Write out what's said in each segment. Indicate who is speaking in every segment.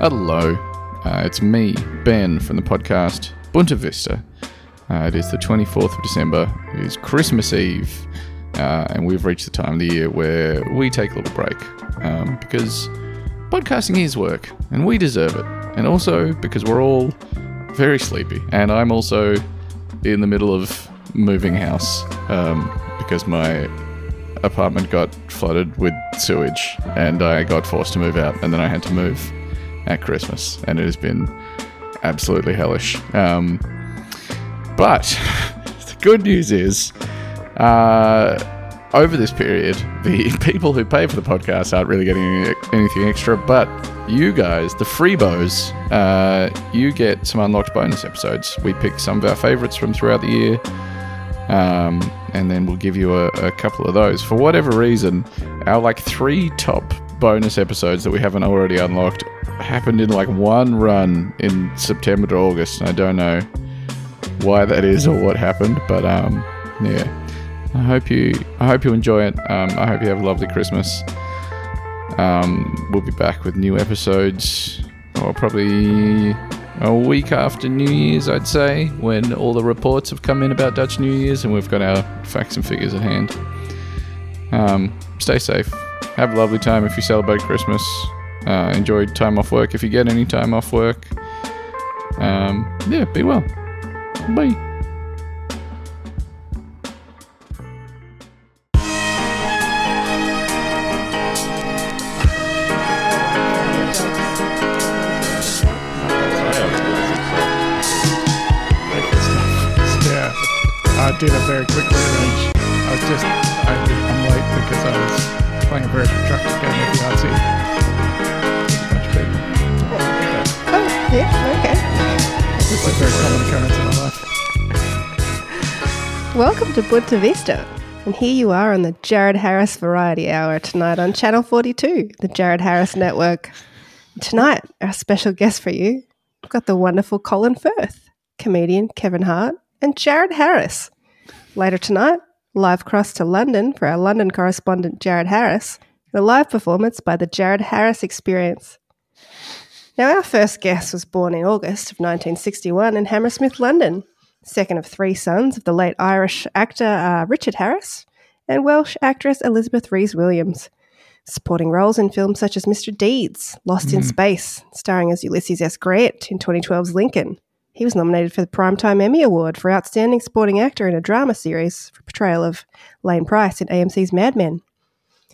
Speaker 1: Hello, uh, it's me, Ben, from the podcast Bunta Vista. Uh, it is the 24th of December, it is Christmas Eve, uh, and we've reached the time of the year where we take a little break um, because podcasting is work and we deserve it. And also because we're all very sleepy, and I'm also in the middle of moving house um, because my apartment got flooded with sewage and I got forced to move out and then I had to move at Christmas and it has been absolutely hellish. Um, but the good news is uh, over this period, the people who pay for the podcast aren't really getting any, anything extra, but you guys, the freebos, uh, you get some unlocked bonus episodes. We pick some of our favorites from throughout the year um, and then we'll give you a, a couple of those. For whatever reason, our like three top bonus episodes that we haven't already unlocked happened in like one run in September to August, and I don't know why that is or what happened, but um, yeah. I hope you I hope you enjoy it. Um, I hope you have a lovely Christmas. Um, we'll be back with new episodes, or probably a week after New Year's, I'd say, when all the reports have come in about Dutch New Year's and we've got our facts and figures at hand. Um, stay safe. Have a lovely time if you celebrate Christmas. Uh, enjoy time off work if you get any time off work. Um, yeah, be well. Bye.
Speaker 2: Yeah, I did a very quick rearrange. I was just, I, I'm late because I was playing a very constructive game with the RC. Much better.
Speaker 3: Oh, yeah,
Speaker 2: It's a very common occurrence in my life.
Speaker 3: okay. Welcome to Bunta Vista. And here you are on the Jared Harris Variety Hour tonight on Channel 42, the Jared Harris Network. Tonight, our special guest for you, we've got the wonderful Colin Firth, comedian Kevin Hart, and Jared Harris. Later tonight, live cross to London for our London correspondent Jared Harris, and a live performance by the Jared Harris Experience. Now, our first guest was born in August of 1961 in Hammersmith, London, second of three sons of the late Irish actor uh, Richard Harris and Welsh actress Elizabeth Rhys Williams, supporting roles in films such as Mr. Deeds, Lost in Space, starring as Ulysses S. Grant in 2012's Lincoln. He was nominated for the Primetime Emmy Award for Outstanding Supporting Actor in a Drama Series for portrayal of Lane Price in AMC's Mad Men.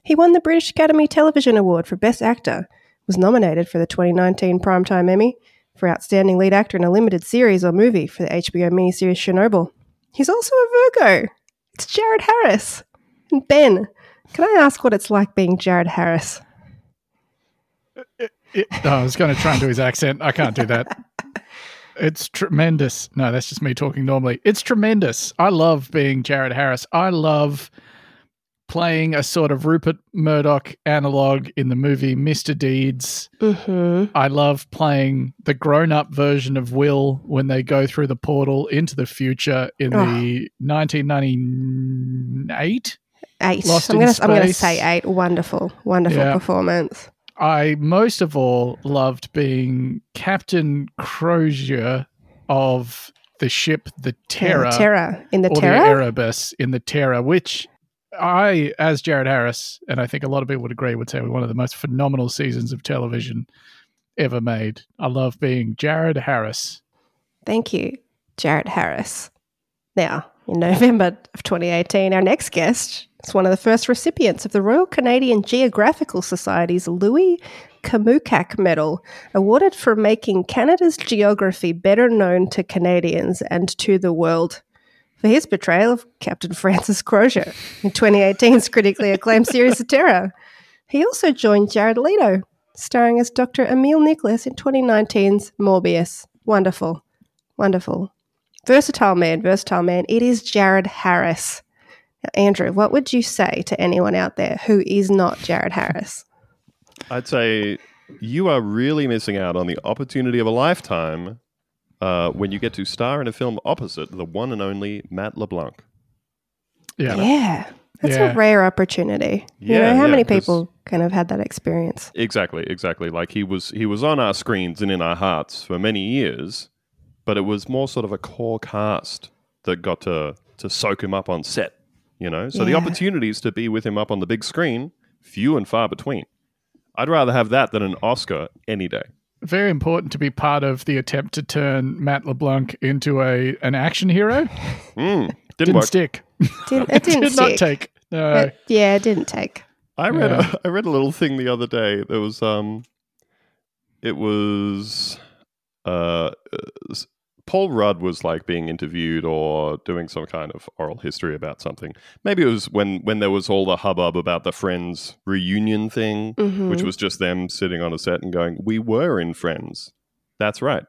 Speaker 3: He won the British Academy Television Award for Best Actor, was nominated for the 2019 Primetime Emmy for Outstanding Lead Actor in a Limited Series or Movie for the HBO miniseries Chernobyl. He's also a Virgo. It's Jared Harris. And Ben, can I ask what it's like being Jared Harris?
Speaker 2: It- no, I was going to try and do his accent. I can't do that. It's tremendous. No, that's just me talking normally. It's tremendous. I love being Jared Harris. I love playing a sort of Rupert Murdoch analog in the movie Mr. Deeds.
Speaker 3: Mm-hmm.
Speaker 2: I love playing the grown up version of Will when they go through the portal into the future in
Speaker 3: Oh.
Speaker 2: the 1998.
Speaker 3: Eight.
Speaker 2: Lost
Speaker 3: I'm
Speaker 2: in
Speaker 3: gonna, I'm going to
Speaker 2: Space.
Speaker 3: say eight. Wonderful, wonderful
Speaker 2: Yeah.
Speaker 3: performance.
Speaker 2: I most of all loved being Captain Crozier of the ship the Terror,
Speaker 3: Terror. In the
Speaker 2: or
Speaker 3: Terror?
Speaker 2: the Erebus in the Terror, which I, as Jared Harris, and I think a lot of people would agree, would say was one of the most phenomenal seasons of television ever made. I love being Jared Harris.
Speaker 3: Thank you, Jarrett Harris. Now, in November of 2018, our next guest is one of the first recipients of the Royal Canadian Geographical Society's Louis Kamukak Medal, awarded for making Canada's geography better known to Canadians and to the world. For his portrayal of Captain Francis Crozier in 2018's critically acclaimed series of terror. He also joined Jared Leto, starring as Dr. Emil Nicholas in 2019's Morbius. Wonderful. Wonderful. Versatile man, versatile man. It is Jared Harris. Now, Andrew, what would you say to anyone out there who is not Jared Harris?
Speaker 4: I'd say you are really missing out on the opportunity of a lifetime uh, when you get to star in a film opposite the one and only Matt LeBlanc.
Speaker 2: Yeah.
Speaker 3: Yeah. That's
Speaker 2: Yeah.
Speaker 3: a rare opportunity. you
Speaker 4: Yeah,
Speaker 3: know, how
Speaker 4: yeah,
Speaker 3: many
Speaker 4: 'cause-
Speaker 3: people kind of had that experience.
Speaker 4: Exactly, exactly. Like he was he was on our screens and in our hearts for many years, but it was more sort of a core cast that got to to soak him up on set, you know? So the
Speaker 3: Yeah.
Speaker 4: opportunities to be with him up on the big screen, few and far between. I'd rather have that than an Oscar any day.
Speaker 2: Very important to be part of the attempt to turn Matt LeBlanc into a an action hero.
Speaker 4: Mm, didn't,
Speaker 2: Didn't
Speaker 4: work.
Speaker 2: stick.
Speaker 3: Didn't, it didn't
Speaker 2: Did
Speaker 3: stick.
Speaker 2: not take. No.
Speaker 3: But, yeah, it didn't take.
Speaker 4: I read
Speaker 2: Yeah.
Speaker 4: a, I read a little thing the other day. There was um, it was uh, s- Paul Rudd was like being interviewed or doing some kind of oral history about something. Maybe it was when when there was all the hubbub about the Friends reunion thing,
Speaker 3: Mhm.
Speaker 4: which was just them sitting on a set and going, "We were in Friends." That's right.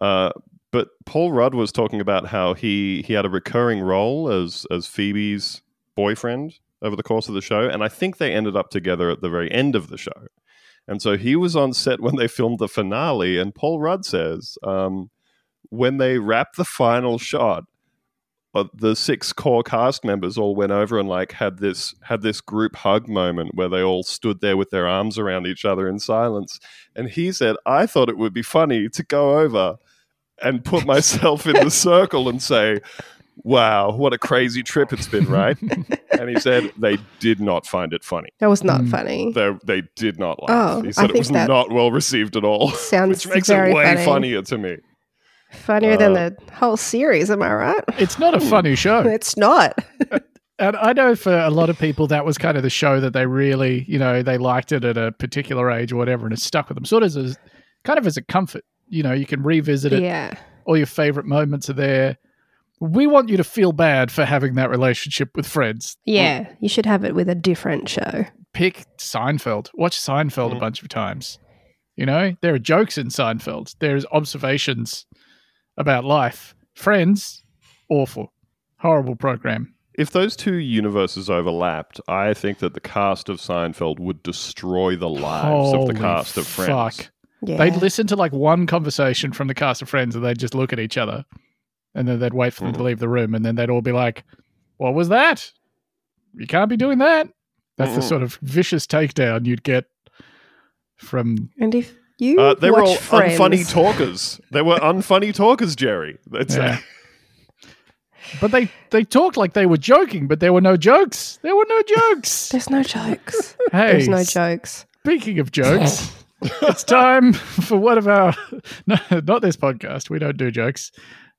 Speaker 4: Uh, but Paul Rudd was talking about how he he had a recurring role as as Phoebe's boyfriend over the course of the show, and I think they ended up together at the very end of the show. And so he was on set when they filmed the finale, and Paul Rudd says, um, when they wrapped the final shot, uh, the six core cast members all went over and like had this had this group hug moment where they all stood there with their arms around each other in silence. And he said, I thought it would be funny to go over and put myself in the circle and say, Wow, what a crazy trip it's been, right? and he said they did not find it funny.
Speaker 3: That was not
Speaker 2: Mm.
Speaker 3: funny.
Speaker 4: They they did not laugh.
Speaker 3: Oh,
Speaker 4: he
Speaker 3: I
Speaker 4: said it
Speaker 3: think
Speaker 4: was
Speaker 3: that
Speaker 4: not well received at all,
Speaker 3: Sounds
Speaker 4: which makes
Speaker 3: very
Speaker 4: it way
Speaker 3: funny.
Speaker 4: funnier to me.
Speaker 3: Funnier than
Speaker 4: Uh, oh.
Speaker 3: the whole series, am I right?
Speaker 2: It's not a funny show.
Speaker 3: It's not.
Speaker 2: And I know for a lot of people, that was kind of the show that they really, you know, they liked it at a particular age or whatever, and it stuck with them. Sort of as, kind of as a comfort. You know, you can revisit it.
Speaker 3: Yeah.
Speaker 2: All your favorite moments are there. We want you to feel bad for having that relationship with friends.
Speaker 3: Yeah.
Speaker 4: Oh.
Speaker 3: You should have it with a different show.
Speaker 2: Pick Seinfeld. Watch Seinfeld
Speaker 4: Mm.
Speaker 2: a bunch of times. You know, there are jokes in Seinfeld. There's observations about life. Friends, awful, horrible program.
Speaker 4: If those two universes overlapped, I think that the cast of Seinfeld would destroy the lives of
Speaker 2: Holy
Speaker 4: the cast of Friends.
Speaker 2: fuck.
Speaker 3: Yeah.
Speaker 2: They'd listen to like one conversation from the cast of Friends and they'd just look at each other. And then they'd wait for them to leave the room. And then they'd all be like, What was that? You can't be doing that. That's the
Speaker 4: Mm-mm.
Speaker 2: sort of vicious takedown you'd get from.
Speaker 3: and if you
Speaker 4: Uh, they
Speaker 3: watch
Speaker 4: were all
Speaker 3: Friends,
Speaker 4: unfunny talkers. They were unfunny talkers, Jerry. That's
Speaker 2: Yeah. But they, they talked like they were joking, but there were no jokes. There were no jokes.
Speaker 3: there's no jokes.
Speaker 2: hey,
Speaker 3: There's no jokes.
Speaker 2: speaking of jokes, it's time for one of our no, not this podcast. We don't do jokes.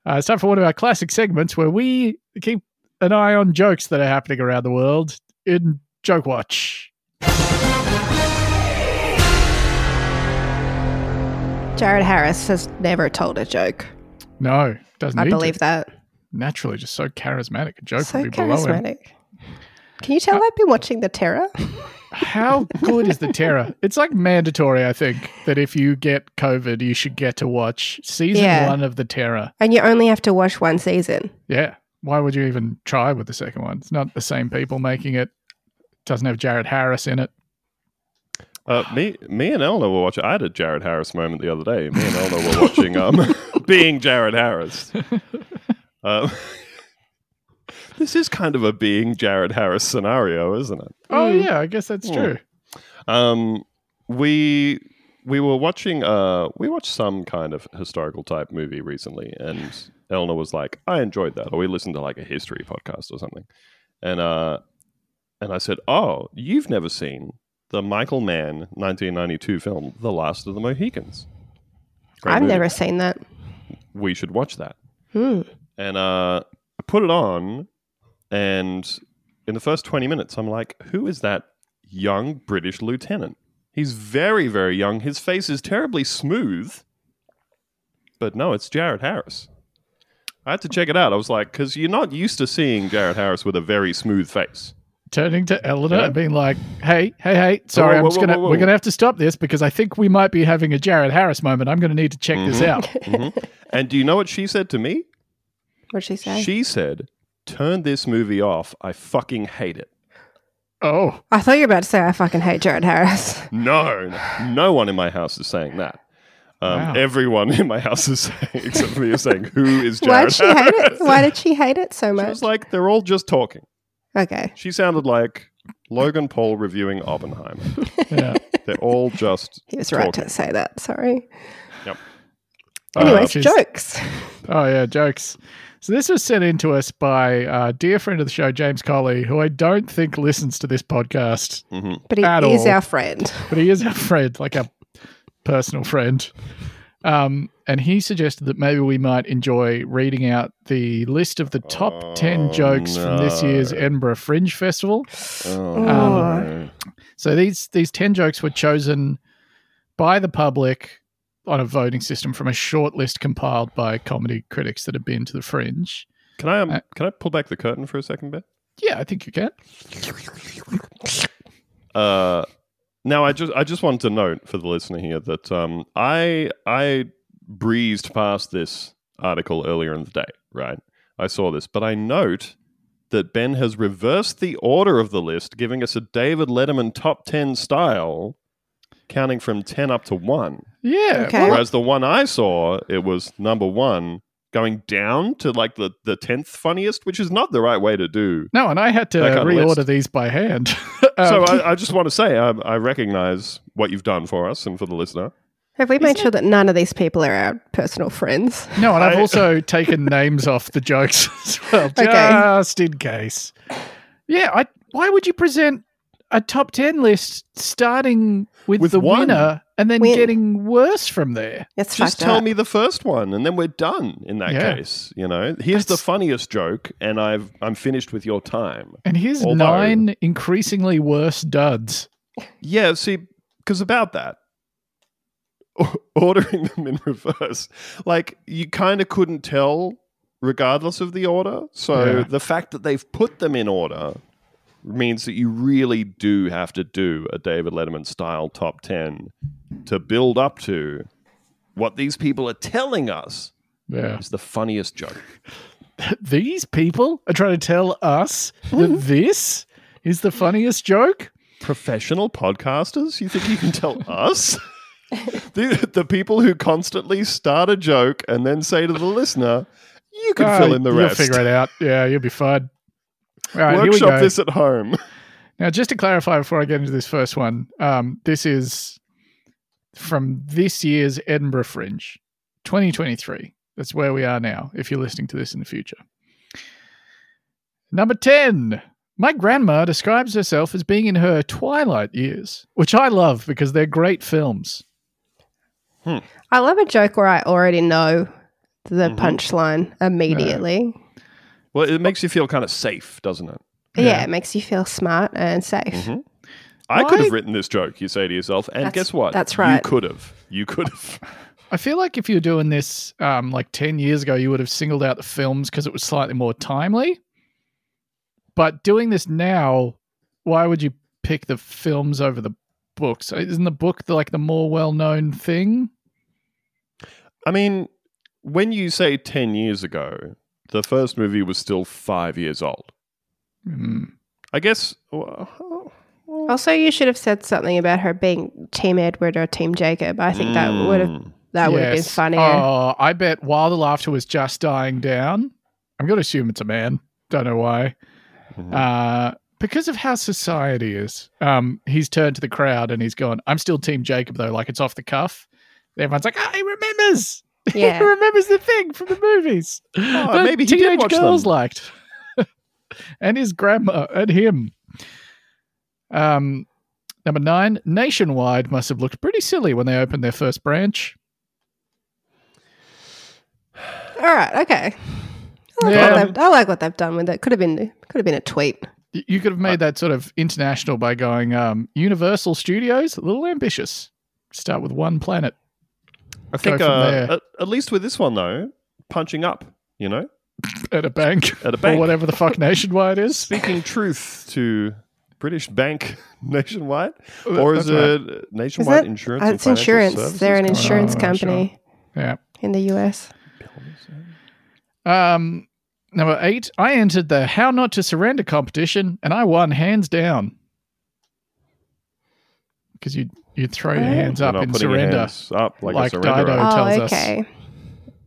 Speaker 2: Uh, it's time for one of our classic segments where we keep an eye on jokes that are happening around the world in Joke Watch.
Speaker 3: Jared Harris has never told a joke.
Speaker 2: No, doesn't.
Speaker 3: I
Speaker 2: need to.
Speaker 3: believe that.
Speaker 2: Naturally, just so charismatic. A joke
Speaker 3: So
Speaker 2: would be below
Speaker 4: eh?
Speaker 2: him.
Speaker 3: charismatic. Can you tell
Speaker 4: Uh,
Speaker 3: I've been watching The Terror?
Speaker 2: How good is the terror? It's like mandatory, I think, that if you get COVID, you should get to watch season
Speaker 3: Yeah.
Speaker 2: one of the terror.
Speaker 3: And you only have to watch one season.
Speaker 2: Yeah. Why would you even try with the second one? It's not the same people making it. Doesn't have Jared Harris in it.
Speaker 4: Uh, me, me and Eleanor were watching. I had a Jared Harris moment the other day. Me and Eleanor were watching um, Being Jared Harris. Um, this is kind of a Being Jared Harris scenario, isn't it?
Speaker 2: Oh
Speaker 3: Mm.
Speaker 2: yeah, I guess that's
Speaker 4: Hmm.
Speaker 2: true.
Speaker 4: Um, we we were watching. Uh, we watched some kind of historical type movie recently, and Eleanor was like, "I enjoyed that," or we listened to like a history podcast or something, and uh, and I said, "Oh, you've never seen." The Michael Mann 1992 film, The Last of the Mohicans. Great
Speaker 3: I've
Speaker 4: movie.
Speaker 3: never seen that.
Speaker 4: we should watch that.
Speaker 3: Hmm.
Speaker 4: And uh, I put it on, and in the first 20 minutes, I'm like, who is that young British lieutenant? He's very, very young. His face is terribly smooth. But no, it's Jared Harris. I had to check it out. I was like, because you're not used to seeing Jared Harris with a very smooth face.
Speaker 2: Turning to Eleanor
Speaker 4: Yeah.
Speaker 2: and being like, "Hey, hey, hey! Sorry,
Speaker 4: Whoa,
Speaker 2: I'm
Speaker 4: whoa,
Speaker 2: just
Speaker 4: whoa,
Speaker 2: gonna
Speaker 4: whoa, whoa.
Speaker 2: we're gonna have to stop this because I think we might be having a Jared Harris moment. I'm gonna need to check this
Speaker 4: Mhm.
Speaker 2: out."
Speaker 4: Mhm. and do you know what she said to me?
Speaker 3: What'd she say?
Speaker 4: She said, turn this movie off. I fucking hate it.
Speaker 2: Oh,
Speaker 3: I thought you were about to say I fucking hate Jared Harris.
Speaker 4: No, no, no one in my house is saying that. Um,
Speaker 2: Wow.
Speaker 4: Everyone in my house is saying, except for me, is saying, "Who is
Speaker 3: Why'd
Speaker 4: Jared?"
Speaker 3: she hate it? Why did she hate it so
Speaker 4: She
Speaker 3: much?
Speaker 4: was like, "They're all just talking."
Speaker 3: okay.
Speaker 4: She sounded like Logan Paul reviewing Oppenheimer.
Speaker 2: Yeah.
Speaker 4: They're all just
Speaker 3: He was right
Speaker 4: Talking.
Speaker 3: to say that. Sorry.
Speaker 4: Uh,
Speaker 3: Anyways,
Speaker 2: she's-
Speaker 3: jokes.
Speaker 2: Oh yeah, jokes. So this was sent in to us by uh, dear friend of the show, James Colley, who I don't think listens to this podcast,
Speaker 4: mhm.
Speaker 3: But he
Speaker 2: At
Speaker 3: is
Speaker 2: all.
Speaker 3: our friend.
Speaker 2: but he is our friend, like our personal friend. Um, and he suggested that maybe we might enjoy reading out the list of the top ten
Speaker 4: Oh,
Speaker 2: jokes from this year's
Speaker 4: no.
Speaker 2: Edinburgh Fringe Festival.
Speaker 4: Oh,
Speaker 3: Um,
Speaker 4: no.
Speaker 2: So these these ten jokes were chosen by the public on a voting system from a short list compiled by comedy critics that have been to the Fringe.
Speaker 4: Can I um,
Speaker 2: Uh,
Speaker 4: can I pull back the curtain for a second bit?
Speaker 2: Yeah, I think you can.
Speaker 4: Uh, now I just I just wanted to note for the listener here that um, I I breezed past this article earlier in the day, right? I saw this, but I note that Ben has reversed the order of the list, giving us a David Letterman top ten style, counting from ten up to one.
Speaker 2: Yeah.
Speaker 3: Okay.
Speaker 2: well,
Speaker 4: Whereas the one I saw, it was number one going down to like the the tenth funniest, which is not the right way to do
Speaker 2: no, and I had to
Speaker 4: That kind of
Speaker 2: reorder
Speaker 4: list.
Speaker 2: these by hand.
Speaker 4: so uh,
Speaker 2: Um,
Speaker 4: I, I just want to say I, I recognize what you've done for us and for the listener.
Speaker 3: Have we made sure that none of these people are our personal friends?
Speaker 2: no, and I've
Speaker 4: I-
Speaker 2: also taken names off the jokes as well,
Speaker 3: Okay.
Speaker 2: just in case. Yeah, I, why would you present a top 10 list starting with,
Speaker 4: With
Speaker 2: the
Speaker 4: one.
Speaker 2: winner and then
Speaker 3: Win.
Speaker 2: getting worse from there?
Speaker 3: It's
Speaker 4: Just
Speaker 3: fucked
Speaker 4: tell
Speaker 3: up.
Speaker 4: me the first one, and then we're done. In that
Speaker 2: Yeah.
Speaker 4: case, you know, here's the
Speaker 2: That's-
Speaker 4: funniest joke, and I've I'm finished with your time.
Speaker 2: And here's
Speaker 4: Although-
Speaker 2: nine increasingly worse duds.
Speaker 4: Yeah, see, because about that, o- ordering them in reverse, like you kind of couldn't tell regardless of the order. So
Speaker 2: Yeah.
Speaker 4: the fact that they've put them in order means that you really do have to do a David Letterman style top 10 to build up to what these people are telling us
Speaker 2: Yeah.
Speaker 4: is the funniest joke.
Speaker 2: These people are trying to tell us that this is the funniest joke?
Speaker 4: professional podcasters? You think you can tell us? the, the people who constantly start a joke and then say to the listener, you can
Speaker 2: Ah,
Speaker 4: fill in the rest.
Speaker 2: You'll figure it out. Yeah, you'll be fine. All right, here we
Speaker 4: Workshop
Speaker 2: go.
Speaker 4: this at home.
Speaker 2: Now, just to clarify before I get into this first one, um, this is from this year's Edinburgh Fringe, 2023. That's where we are now, if you're listening to this in the future. Number 10. My grandma describes herself as being in her twilight years, which I love because they're great films.
Speaker 3: I love a joke where I already know the
Speaker 4: Mhm.
Speaker 3: punchline immediately.
Speaker 4: Well, it makes you feel kind of safe, doesn't it?
Speaker 3: Yeah.
Speaker 2: Yeah.
Speaker 3: it makes you feel smart and safe.
Speaker 4: Mhm. I could
Speaker 2: Why-
Speaker 4: have written this joke, you say to yourself. And
Speaker 3: That's-
Speaker 4: guess what?
Speaker 3: that's
Speaker 4: You
Speaker 3: right.
Speaker 4: could have. You could have.
Speaker 2: I feel like if you were doing this um, like 10 years ago, you would have singled out the films because it was slightly more timely. But doing this now, why would you pick the films over the books? Uh, Isn't the book the, like the more well known thing?
Speaker 4: I mean, when you say 10 years ago, the first movie was still five years old.
Speaker 2: Hmm.
Speaker 4: I guess. well,
Speaker 3: Also, you should have said something about her being Team Edward or Team Jacob. I think that would have
Speaker 4: mm.
Speaker 3: that would have been
Speaker 2: Yes.
Speaker 3: funnier.
Speaker 2: Oh, I bet while the laughter was just dying down, I'm going to assume it's a man. Don't know why.
Speaker 4: Mhm.
Speaker 2: Uh, because of how society is, um, he's turned to the crowd and he's gone, I'm still Team Jacob, though. Like it's off the cuff. Everyone's like, ah, he remembers. he
Speaker 3: Yeah,
Speaker 2: remembers the thing from the movies. Oh, that
Speaker 4: Oh, maybe he did
Speaker 2: teenage
Speaker 4: watch
Speaker 2: girls
Speaker 4: them.
Speaker 2: liked, and his grandma and him. Um, number nine, Nationwide must have looked pretty silly when they opened their first branch.
Speaker 3: all right, okay. I like,
Speaker 2: Yeah.
Speaker 3: what they've, I like what they've done with it. Could have been could have been a tweet.
Speaker 2: Y- You could have made that sort of international by going um, Universal Studios, a little ambitious. Start with one planet.
Speaker 4: I think
Speaker 2: from
Speaker 4: uh,
Speaker 2: there.
Speaker 4: at, at least with this one though, punching up, you know,
Speaker 2: at a bank,
Speaker 4: at
Speaker 2: or
Speaker 4: a bank,
Speaker 2: whatever the fuck nationwide is.
Speaker 4: speaking truth to British bank nationwide, or is
Speaker 2: That's right.
Speaker 4: it nationwide
Speaker 3: Is it-
Speaker 4: insurance?
Speaker 3: Uh,
Speaker 4: and
Speaker 3: it's
Speaker 4: Financial
Speaker 3: insurance.
Speaker 4: Services
Speaker 3: They're an
Speaker 4: Company?
Speaker 3: insurance
Speaker 2: Oh,
Speaker 3: company
Speaker 2: Yeah.
Speaker 3: in the US.
Speaker 2: Um, number eight, I entered the How Not to Surrender competition and I won hands down. Because you you throw your
Speaker 3: Oh.
Speaker 2: hands
Speaker 4: You're
Speaker 2: up
Speaker 4: not
Speaker 2: in
Speaker 4: putting your
Speaker 2: surrender.
Speaker 4: hands up like, a
Speaker 2: Like
Speaker 4: surrender.
Speaker 2: Dido.
Speaker 4: act.
Speaker 2: tells
Speaker 3: Oh,
Speaker 2: us.
Speaker 3: okay.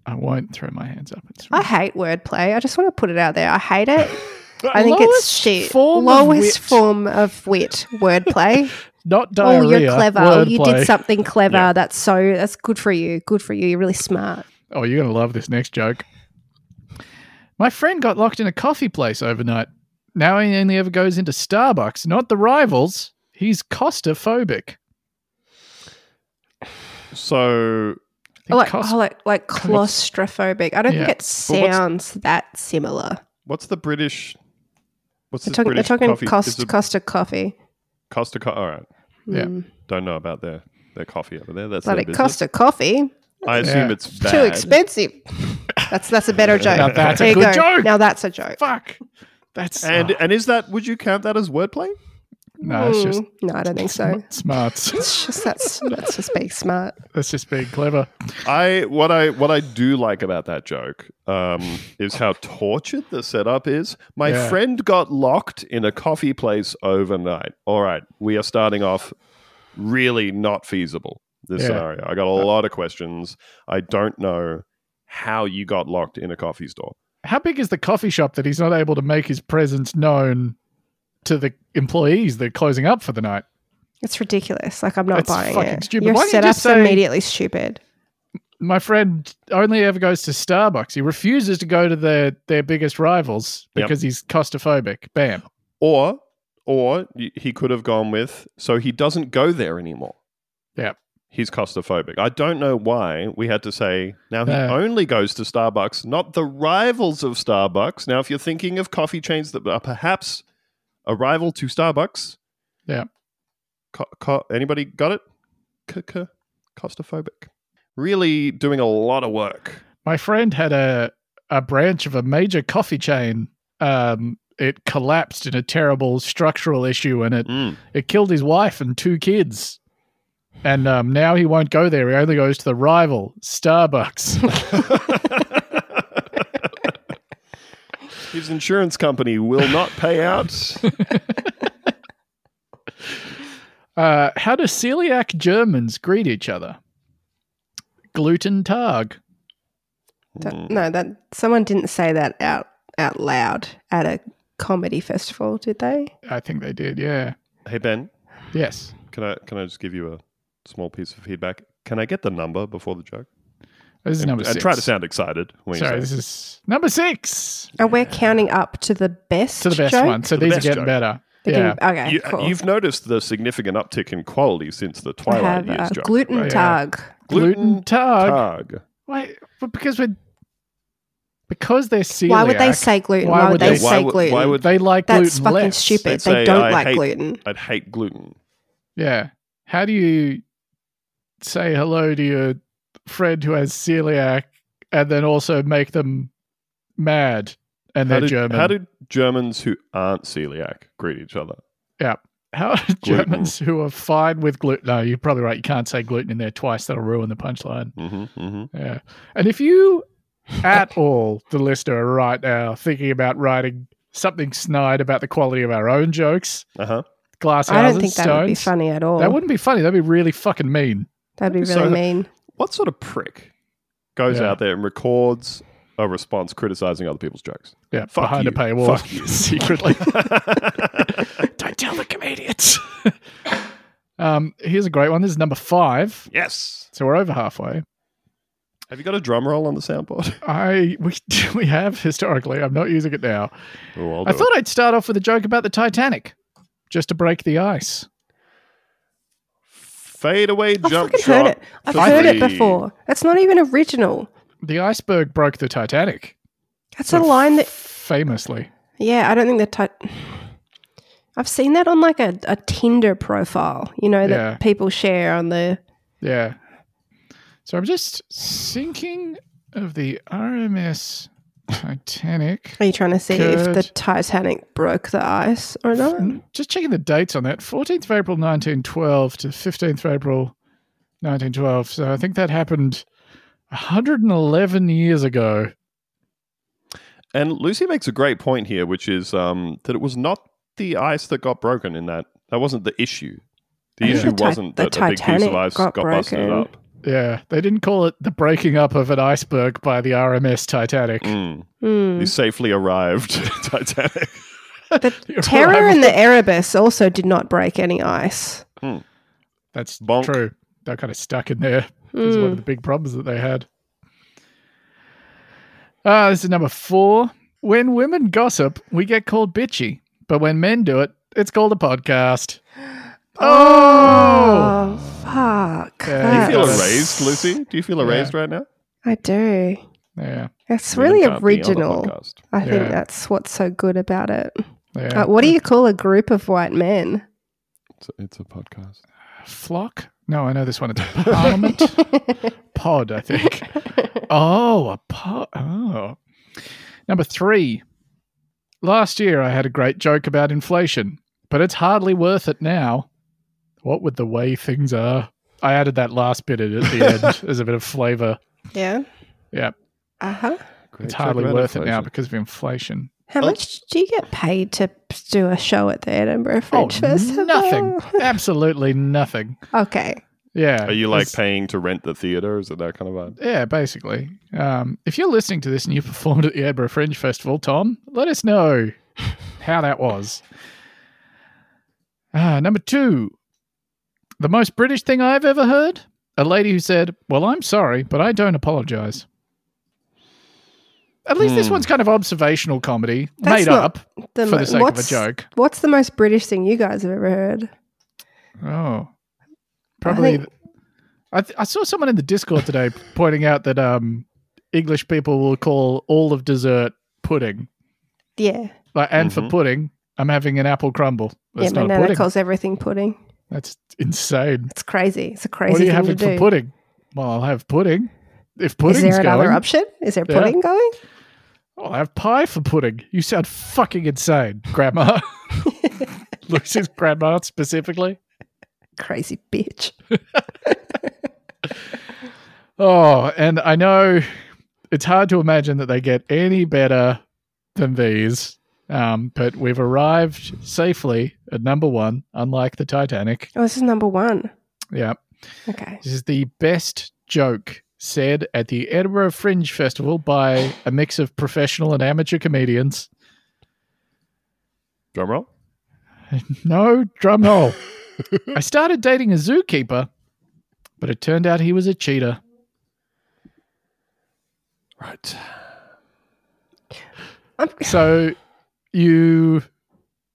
Speaker 2: I won't throw my hands up in
Speaker 3: I
Speaker 2: surrender.
Speaker 3: hate wordplay. I just want to put it out there. I hate it. I think it's
Speaker 2: lowest
Speaker 3: shit.
Speaker 2: form of
Speaker 3: lowest
Speaker 2: wit.
Speaker 3: form of wit wordplay.
Speaker 2: Not
Speaker 3: oh,
Speaker 2: diarrhea.
Speaker 3: you're clever. Oh, you
Speaker 2: wordplay.
Speaker 3: did something clever.
Speaker 2: Yeah.
Speaker 3: That's so. That's good for you. Good for you. You're really smart.
Speaker 2: Oh, you're going to love this next joke. My friend got locked in a coffee place overnight. Now he only ever goes into Starbucks, not the rivals. He's claustrophobic.
Speaker 4: So
Speaker 2: I think
Speaker 3: Oh, like,
Speaker 2: claust-
Speaker 3: oh, like, like claustrophobic. I don't
Speaker 2: Yeah.
Speaker 3: think it
Speaker 4: But what's-
Speaker 3: sounds that similar.
Speaker 4: what's the British? What's
Speaker 3: We're
Speaker 4: the
Speaker 3: talking, we're
Speaker 4: British
Speaker 3: talking
Speaker 4: coffee? is
Speaker 3: cost,
Speaker 4: it
Speaker 3: cost of coffee.
Speaker 4: Costa Co- All right,
Speaker 2: Yeah.
Speaker 3: Mm.
Speaker 4: don't know about their their coffee over there. That's
Speaker 3: But
Speaker 4: their
Speaker 3: it
Speaker 4: business.
Speaker 3: cost a coffee.
Speaker 4: I assume
Speaker 2: Yeah.
Speaker 4: it's bad.
Speaker 3: Too expensive. That's that's a better joke.
Speaker 2: Now that's a
Speaker 3: there you
Speaker 2: good
Speaker 3: go.
Speaker 2: joke.
Speaker 3: Now that's a joke.
Speaker 2: Fuck. That's
Speaker 4: And
Speaker 2: oh,
Speaker 4: and is that? Would you count that as wordplay?
Speaker 2: no, it's just
Speaker 3: Mm. no, I don't think so.
Speaker 2: sm- smarts.
Speaker 3: It's just that's that's just being smart.
Speaker 2: That's just being clever.
Speaker 4: I what I what I do like about that joke um, is how tortured the setup is. My
Speaker 2: Yeah.
Speaker 4: friend got locked in a coffee place overnight. All right, we are starting off really not feasible this
Speaker 2: Yeah.
Speaker 4: scenario. I got a lot of questions. I don't know how you got locked in a coffee store.
Speaker 2: How big is the coffee shop that he's not able to make his presence known to the employees that are closing up for the night?
Speaker 3: It's ridiculous. Like I'm not
Speaker 2: It's
Speaker 3: buying
Speaker 2: fucking
Speaker 3: it.
Speaker 2: stupid.
Speaker 3: Your
Speaker 2: Why don't you
Speaker 3: setup's
Speaker 2: just say-
Speaker 3: immediately stupid.
Speaker 2: my friend only ever goes to Starbucks. He refuses to go to their their biggest rivals
Speaker 4: Yep.
Speaker 2: because he's claustrophobic. Bam.
Speaker 4: Or or y- he could have gone with so he doesn't go there anymore.
Speaker 2: Yeah.
Speaker 4: He's claustrophobic. I don't know why we had to say now he
Speaker 2: No.
Speaker 4: only goes to Starbucks, not the rivals of Starbucks. Now, if you're thinking of coffee chains that are perhaps a rival to Starbucks,
Speaker 2: Yeah.
Speaker 4: Co- co- anybody got it? C- c- claustrophobic. Really doing a lot of work.
Speaker 2: My friend had a a branch of a major coffee chain. Um, it collapsed in a terrible structural issue, and it
Speaker 4: Mm.
Speaker 2: it killed his wife and two kids. And um, now he won't go there. He only goes to the rival Starbucks.
Speaker 4: His insurance company will not pay out.
Speaker 2: uh, how do celiac Germans greet each other? Gluten tag. Mm.
Speaker 3: Don't-
Speaker 4: Hmm.
Speaker 3: No, that someone didn't say that out out loud at a comedy festival, did they?
Speaker 2: I think they did. Yeah.
Speaker 4: Hey Ben,
Speaker 2: Yes.
Speaker 4: can I can I just give you a small piece of feedback? Can I get the number before the joke?
Speaker 2: This is
Speaker 4: And-
Speaker 2: number
Speaker 4: and
Speaker 2: six.
Speaker 4: try to sound excited. When
Speaker 2: Sorry,
Speaker 4: you
Speaker 2: this
Speaker 4: say it.
Speaker 2: is number six
Speaker 3: And we're counting up to the best.
Speaker 2: to the best
Speaker 3: joke?
Speaker 2: one. So
Speaker 4: To the
Speaker 2: these are
Speaker 4: best
Speaker 2: getting
Speaker 4: joke.
Speaker 2: better.
Speaker 3: We
Speaker 2: Yeah.
Speaker 3: can- okay,
Speaker 4: you, uh,
Speaker 3: cool.
Speaker 4: You've noticed the significant uptick in quality since the
Speaker 3: I
Speaker 4: Twilight
Speaker 3: have
Speaker 4: years
Speaker 3: uh,
Speaker 4: joke.
Speaker 3: gluten
Speaker 4: right?
Speaker 3: tag.
Speaker 2: Gluten tug.
Speaker 4: tug.
Speaker 2: Why? But because we're because they're celiac.
Speaker 3: Why would they say gluten? Why, would they,
Speaker 2: Yeah,
Speaker 3: say
Speaker 4: why, would,
Speaker 3: gluten?
Speaker 4: why would
Speaker 2: they like
Speaker 3: That's
Speaker 2: gluten
Speaker 3: fucking
Speaker 2: less?
Speaker 3: stupid.
Speaker 4: They'd
Speaker 3: They
Speaker 4: say,
Speaker 3: don't
Speaker 4: "I
Speaker 3: like
Speaker 4: hate
Speaker 3: gluten.
Speaker 4: I'd hate gluten.
Speaker 2: Yeah. How do you say hello to your friend who has celiac and then also make them mad and
Speaker 4: How
Speaker 2: they're
Speaker 4: do,
Speaker 2: German?
Speaker 4: how do Germans who aren't celiac greet each other?
Speaker 2: How do Germans who are fine with gluten? No, you're probably right. You can't say gluten in there twice. That'll ruin the punchline.
Speaker 4: hmm hmm
Speaker 2: Yeah. And if you at all, the listener are right now, thinking about writing something snide about the quality of our own jokes,
Speaker 4: Uh huh.
Speaker 2: glass
Speaker 3: I
Speaker 2: houses,
Speaker 3: don't think that
Speaker 2: stones,
Speaker 3: would be funny at all.
Speaker 2: That wouldn't be funny. That'd be really fucking mean.
Speaker 3: That'd be really
Speaker 4: So-
Speaker 3: mean.
Speaker 4: What sort of prick goes
Speaker 2: Yeah.
Speaker 4: out there and records a response criticizing other people's jokes?
Speaker 2: Yeah,
Speaker 4: Fuck
Speaker 2: behind
Speaker 4: you.
Speaker 2: a paywall,
Speaker 4: Fuck you.
Speaker 2: secretly. don't tell the comedians. um, here's a great one. This is number five,
Speaker 4: yes.
Speaker 2: so we're over halfway.
Speaker 4: Have you got a drum roll on the soundboard?
Speaker 2: I we we have historically. I'm not using it now.
Speaker 4: Oh, I'll
Speaker 2: I
Speaker 4: do it.
Speaker 2: thought I'd start off with a joke about the Titanic, just to break the ice.
Speaker 4: Fade away
Speaker 3: I've
Speaker 4: jump
Speaker 3: fucking
Speaker 4: shot.
Speaker 3: heard it. I've
Speaker 4: for
Speaker 3: heard it
Speaker 4: three.
Speaker 3: before. That's not even original.
Speaker 2: The iceberg broke the Titanic.
Speaker 3: That's a line that.
Speaker 2: famously.
Speaker 3: Yeah, I don't think the tit- I've seen that on like a, a Tinder profile, you know, that
Speaker 2: Yeah.
Speaker 3: people share on the.
Speaker 2: Yeah. So I'm just thinking of the RMS Titanic.
Speaker 3: Are you trying to see if the
Speaker 2: Good.
Speaker 3: Titanic broke the ice or not?
Speaker 2: Mm, just checking the dates on that. 14th of April 1912 to 15th of April 1912. So I think that happened 111 years ago.
Speaker 4: And Lucy makes a great point here, which is um, that it was not the ice that got broken in that. That wasn't the issue. The
Speaker 3: I think
Speaker 4: issue
Speaker 3: the Ti-
Speaker 4: wasn't
Speaker 3: the
Speaker 4: that a big piece of
Speaker 3: Titanic
Speaker 4: ice got,
Speaker 3: got
Speaker 4: busted
Speaker 3: broken.
Speaker 4: up.
Speaker 2: Yeah, they didn't call it the breaking up of an iceberg by the RMS Titanic.
Speaker 4: Mm.
Speaker 3: Hmm.
Speaker 4: The safely arrived Titanic.
Speaker 3: The
Speaker 2: You're
Speaker 3: Terror
Speaker 2: right.
Speaker 3: and the Erebus also did not break any ice.
Speaker 2: That's
Speaker 4: Bonk.
Speaker 2: true. They're kind of stuck in there. This is one of
Speaker 3: Mm.
Speaker 2: the big problems that they had. Uh, this is number four. When women gossip, we get called bitchy, but when men do it, it's called a podcast. Oh,
Speaker 3: Oh,
Speaker 2: Yeah,
Speaker 3: fuck.
Speaker 4: Do you
Speaker 3: That-
Speaker 4: feel
Speaker 2: Yes.
Speaker 4: erased, Lucy? Do you feel erased right now?
Speaker 3: I do.
Speaker 2: yeah,
Speaker 3: It's
Speaker 4: You
Speaker 3: really
Speaker 4: can't be on the
Speaker 3: original.
Speaker 4: podcast.
Speaker 3: I think
Speaker 2: Yeah.
Speaker 3: that's what's so good about it.
Speaker 2: yeah.
Speaker 3: Uh, what do you call a group of white men?
Speaker 4: It's a, it's a podcast.
Speaker 2: flock? No, I know this one. It's a parliament pod, I think. Oh, a pod. Oh, number three. Last year, I had a great joke about inflation, but it's hardly worth it now. What with the way things are, I added that last bit in at the end as a bit of flavor.
Speaker 3: Yeah.
Speaker 2: Yeah,
Speaker 3: Uh huh.
Speaker 4: Great
Speaker 2: it's
Speaker 4: joke
Speaker 2: hardly
Speaker 4: about
Speaker 2: worth it now
Speaker 4: inflation.
Speaker 2: because of inflation.
Speaker 3: How
Speaker 4: Oh.
Speaker 3: much do you get paid to p- do a show at the Edinburgh Fringe Festival?
Speaker 2: Oh, nothing. Absolutely nothing.
Speaker 3: okay.
Speaker 2: Yeah.
Speaker 4: Are you like
Speaker 2: It's-
Speaker 4: paying to rent the theater? Is it that kind of vibe?
Speaker 2: Yeah, basically. Um, if you're listening to this and you performed at the Edinburgh Fringe Festival, Tom, let us know how that was. Uh, number two, the most British thing I've ever heard a lady who said, Well, I'm sorry, but I don't apologize. At least this
Speaker 4: Hmm.
Speaker 2: one's kind of observational comedy,
Speaker 3: That's
Speaker 2: made
Speaker 3: not
Speaker 2: up
Speaker 3: The
Speaker 2: for
Speaker 3: mo-
Speaker 2: the sake of a
Speaker 3: what's-
Speaker 2: joke.
Speaker 3: What's the most British thing you guys have ever heard?
Speaker 2: Oh, probably. I,
Speaker 3: think-
Speaker 2: th- I saw someone in the Discord today pointing out that um, English people will call all of dessert pudding.
Speaker 3: Yeah.
Speaker 2: Like, and for
Speaker 4: Mhm.
Speaker 2: pudding, I'm having an apple crumble. That's
Speaker 3: yeah, my
Speaker 2: not a
Speaker 3: nana
Speaker 2: pudding.
Speaker 3: calls everything pudding.
Speaker 2: That's insane.
Speaker 3: It's crazy. It's a crazy
Speaker 2: What are you
Speaker 3: thing
Speaker 2: having
Speaker 3: to do.
Speaker 2: for pudding? Well, I'll have pudding. If
Speaker 3: Is
Speaker 2: pudding's
Speaker 3: there another
Speaker 2: going,
Speaker 3: option? Is there
Speaker 2: Yeah.
Speaker 3: pudding going?
Speaker 2: I'll have pie for pudding. You sound fucking insane, Grandma. Lucy's grandma specifically.
Speaker 3: Crazy bitch.
Speaker 2: Oh, and I know it's hard to imagine that they get any better than these. Um, but we've arrived safely at number one, unlike the Titanic.
Speaker 3: Oh, this is number one.
Speaker 2: Yeah.
Speaker 3: Okay.
Speaker 2: This is the best joke said at the Edinburgh Fringe Festival by a mix of professional and amateur comedians.
Speaker 4: Drum roll.
Speaker 2: No, drum roll. I started dating a zookeeper, but it turned out he was a cheater.
Speaker 4: Right.
Speaker 3: I'm,
Speaker 2: So you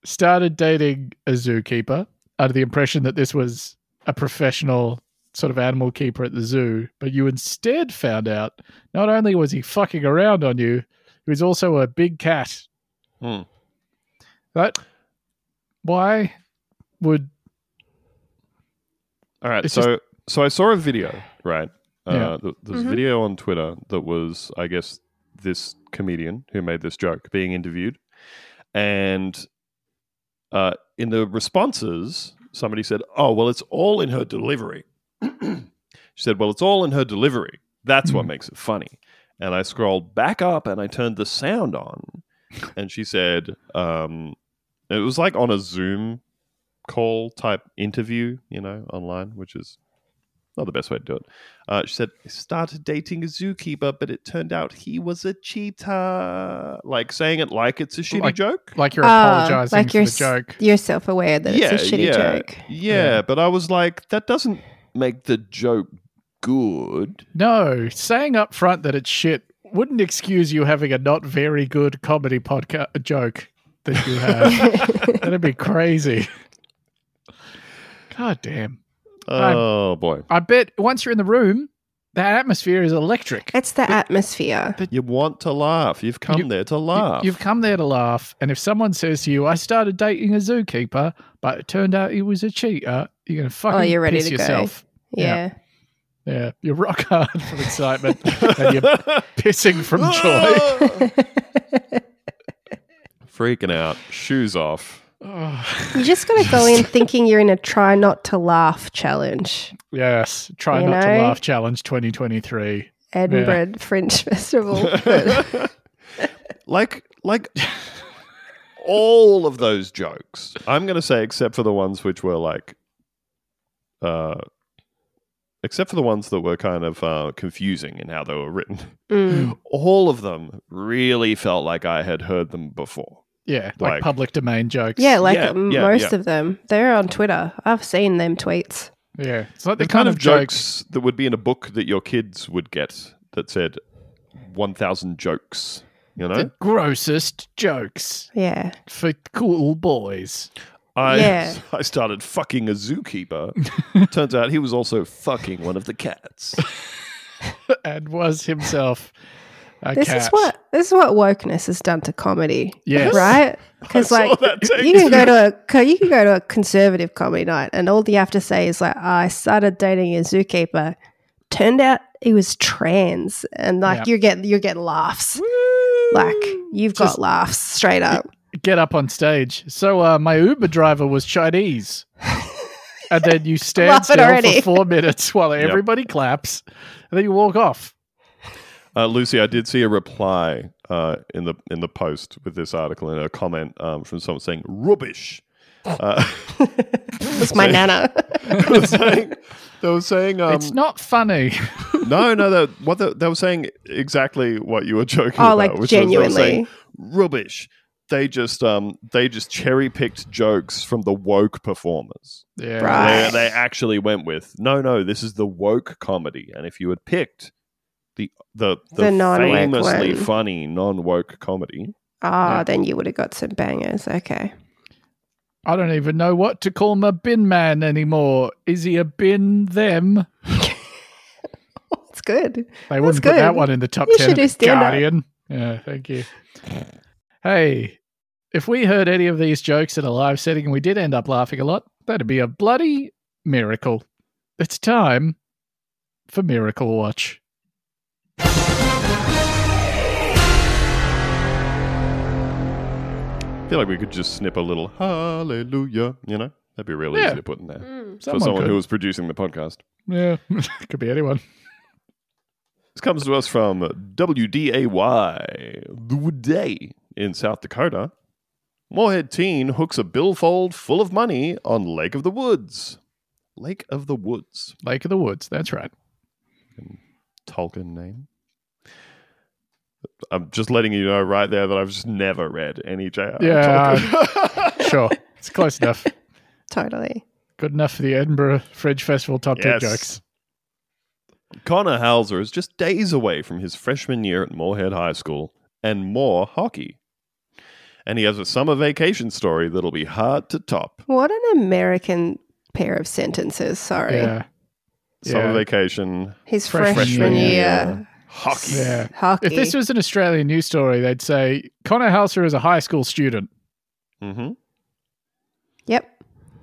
Speaker 2: started dating a zookeeper under the impression that this was a professional sort of animal keeper at the zoo, but you instead found out not only was he fucking around on you, he was also a big cat.
Speaker 4: Hmm.
Speaker 2: That why would
Speaker 4: All right.
Speaker 2: It's
Speaker 4: so so I saw a video, right?
Speaker 2: Yeah.
Speaker 4: Uh, th- there's
Speaker 3: Mhm.
Speaker 4: a video on Twitter that was, I guess, this comedian who made this joke being interviewed, and uh, in the responses, somebody said, "Oh, well, it's all in her delivery." she said, "Well, it's all in her delivery. That's what
Speaker 2: Hmm.
Speaker 4: makes it funny." And I scrolled back up and I turned the sound on, and she said, um, "It was like on a Zoom call type interview, you know, online, which is not the best way to do it. Uh, she said, I started dating a zookeeper, but it turned out he was a cheetah. Like saying it like it's a shitty
Speaker 2: Like-
Speaker 4: joke.
Speaker 2: like you're
Speaker 3: Oh,
Speaker 2: apologizing
Speaker 3: like
Speaker 2: for
Speaker 3: you're
Speaker 2: the joke?
Speaker 3: you're self aware that it's a shitty
Speaker 4: yeah,
Speaker 3: joke.
Speaker 4: Yeah,
Speaker 2: Yeah.
Speaker 4: but I was like, that doesn't make the joke good.
Speaker 2: No, saying up front that it's shit wouldn't excuse you having a not very good comedy podcast joke that you have. That'd be crazy. God damn.
Speaker 4: Oh, boy.
Speaker 2: I bet once you're in the room, that atmosphere is electric.
Speaker 3: It's the atmosphere.
Speaker 4: You want to laugh. You've come
Speaker 2: You-
Speaker 4: there to
Speaker 2: You-
Speaker 4: laugh.
Speaker 2: You've come there to laugh. And if someone says to you, I started dating a zookeeper, but it turned out he was a cheater, you're going to fucking
Speaker 3: Oh, you're ready
Speaker 2: piss
Speaker 3: to go.
Speaker 2: yourself.
Speaker 3: Yeah.
Speaker 2: Yeah. You're rock hard from excitement and you're pissing from joy.
Speaker 4: Freaking out. Shoes off.
Speaker 2: Oh.
Speaker 3: You just got to go in thinking you're in a try not to laugh challenge.
Speaker 2: Yes, try
Speaker 3: You
Speaker 2: not to
Speaker 3: know?
Speaker 2: laugh challenge 2023.
Speaker 3: Edinburgh Fringe Festival. But
Speaker 4: like like all of those jokes. I'm going to say except for the ones which were like uh except for the ones that were kind of uh, confusing in how they were written.
Speaker 3: Mm.
Speaker 4: All of them really felt like I had heard them before.
Speaker 2: Yeah, like,
Speaker 4: Like-
Speaker 2: public domain jokes.
Speaker 3: Yeah, like
Speaker 4: Yeah,
Speaker 3: m-
Speaker 4: yeah,
Speaker 3: most
Speaker 4: yeah.
Speaker 3: of them. They're on Twitter. I've seen them tweets.
Speaker 2: yeah. It's like
Speaker 4: The
Speaker 2: the kind of jokes.
Speaker 4: jokes that would be in a book that your kids would get that said 1,000 jokes, you know?
Speaker 2: The grossest jokes
Speaker 3: Yeah.
Speaker 2: for cool boys.
Speaker 4: I,
Speaker 3: Yeah.
Speaker 4: I started fucking a zookeeper. Turns out he was also fucking one of the cats.
Speaker 2: and was himself a
Speaker 3: This
Speaker 2: cat.
Speaker 3: is what this is what wokeness has done to comedy.
Speaker 2: Yes.
Speaker 3: Right? Because
Speaker 4: I saw
Speaker 3: like
Speaker 4: that take.
Speaker 3: you can go to a co- you can go to a conservative comedy night and all you have to say is like I started dating a zookeeper. Turned out he was trans and like
Speaker 2: Yeah.
Speaker 3: you get you get laughs. Like you've
Speaker 2: Just-
Speaker 3: got laughs straight up.
Speaker 2: Get up on stage. So uh, my Uber driver was Chinese. and then you stand
Speaker 3: Love it
Speaker 2: still
Speaker 3: already.
Speaker 2: for four minutes while everybody claps. And then you walk off.
Speaker 4: Uh, Lucy, I did see a reply uh, in the in the post with this article and a comment um, from someone saying rubbish. Uh,
Speaker 3: It's my nana.
Speaker 4: they were saying, they were saying um,
Speaker 2: it's not funny.
Speaker 4: no, no, they, what the, they were saying exactly what you were joking
Speaker 3: oh,
Speaker 4: about,
Speaker 3: like
Speaker 4: which was they were saying
Speaker 3: genuinely.
Speaker 4: rubbish. They just um, they just cherry picked jokes from the woke performers.
Speaker 2: Yeah.
Speaker 3: Right.
Speaker 4: They, they actually went with no, no, this is the woke comedy, and if you had picked the the, the,
Speaker 3: The non-woke
Speaker 4: famously
Speaker 3: one.
Speaker 4: funny non woke comedy.
Speaker 3: Oh,
Speaker 2: Yeah.
Speaker 3: then you would have got some bangers. Okay.
Speaker 2: I don't even know what to call my bin man anymore. Is he a bin them?
Speaker 3: It's good.
Speaker 2: They wouldn't put
Speaker 3: good.
Speaker 2: that one in the top
Speaker 3: You
Speaker 2: ten.
Speaker 3: should
Speaker 2: of
Speaker 3: do
Speaker 2: the
Speaker 3: stand-up.
Speaker 2: Guardian. Yeah, thank you. Hey, if we heard any of these jokes in a live setting and we did end up laughing a lot, that'd be a bloody miracle. It's time for Miracle Watch.
Speaker 4: I feel like we could just snip a little hallelujah, you know? That'd be really
Speaker 2: Yeah.
Speaker 4: easy to put in there.
Speaker 3: Hmm.
Speaker 4: For
Speaker 2: Someone
Speaker 4: someone
Speaker 2: could.
Speaker 4: who was producing the podcast.
Speaker 2: yeah, could be anyone.
Speaker 4: This comes to us from WDAY, the day in South Dakota. Moorhead teen hooks a billfold full of money on Lake of the Woods. Lake of the Woods.
Speaker 2: Lake of the Woods. That's right.
Speaker 4: Tolkien name. I'm just letting you know right there that I've just never read any J.R.
Speaker 2: Yeah.
Speaker 4: Tolkien.
Speaker 2: Sure, it's close enough.
Speaker 3: Totally.
Speaker 2: Good enough for the Edinburgh Fringe Festival top ten
Speaker 4: Yes.
Speaker 2: jokes.
Speaker 4: Connor Hauser is just days away from his freshman year at Moorhead High School and more hockey. And he has a summer vacation story that'll be hard to top.
Speaker 3: What an American pair of sentences. Sorry.
Speaker 2: Yeah,
Speaker 4: Summer
Speaker 2: Yeah.
Speaker 4: vacation,
Speaker 3: His
Speaker 2: Freshman
Speaker 3: freshman,
Speaker 2: year.
Speaker 3: year.
Speaker 4: hockey.
Speaker 2: Yeah.
Speaker 3: Hockey.
Speaker 2: If this was an Australian news story, they'd say Connor Halser is a high school student.
Speaker 4: hmm
Speaker 3: yep.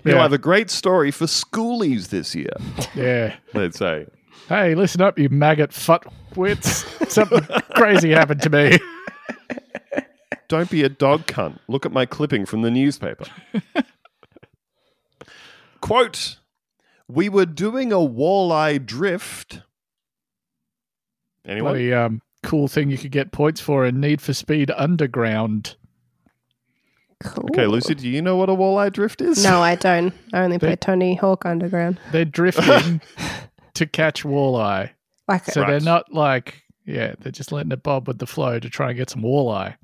Speaker 4: He'll
Speaker 2: Yeah.
Speaker 4: have a great story for schoolies this year,
Speaker 2: Yeah.
Speaker 4: they'd say.
Speaker 2: Hey, listen up, you maggot futwits. Something crazy happened to me.
Speaker 4: Don't be a dog cunt. Look at my clipping from the newspaper. Quote We were doing a walleye drift. Anyone?
Speaker 2: Bloody um, cool thing you could get points for in Need for Speed Underground.
Speaker 3: Cool.
Speaker 4: Okay, Lucy, do you know what a walleye drift is?
Speaker 3: No, I don't. I only
Speaker 2: They-
Speaker 3: play Tony Hawk Underground.
Speaker 2: They're drifting to catch walleye.
Speaker 3: Like,
Speaker 2: So
Speaker 4: Right.
Speaker 2: they're not like, yeah, they're just letting it bob with the flow to try and get some walleye.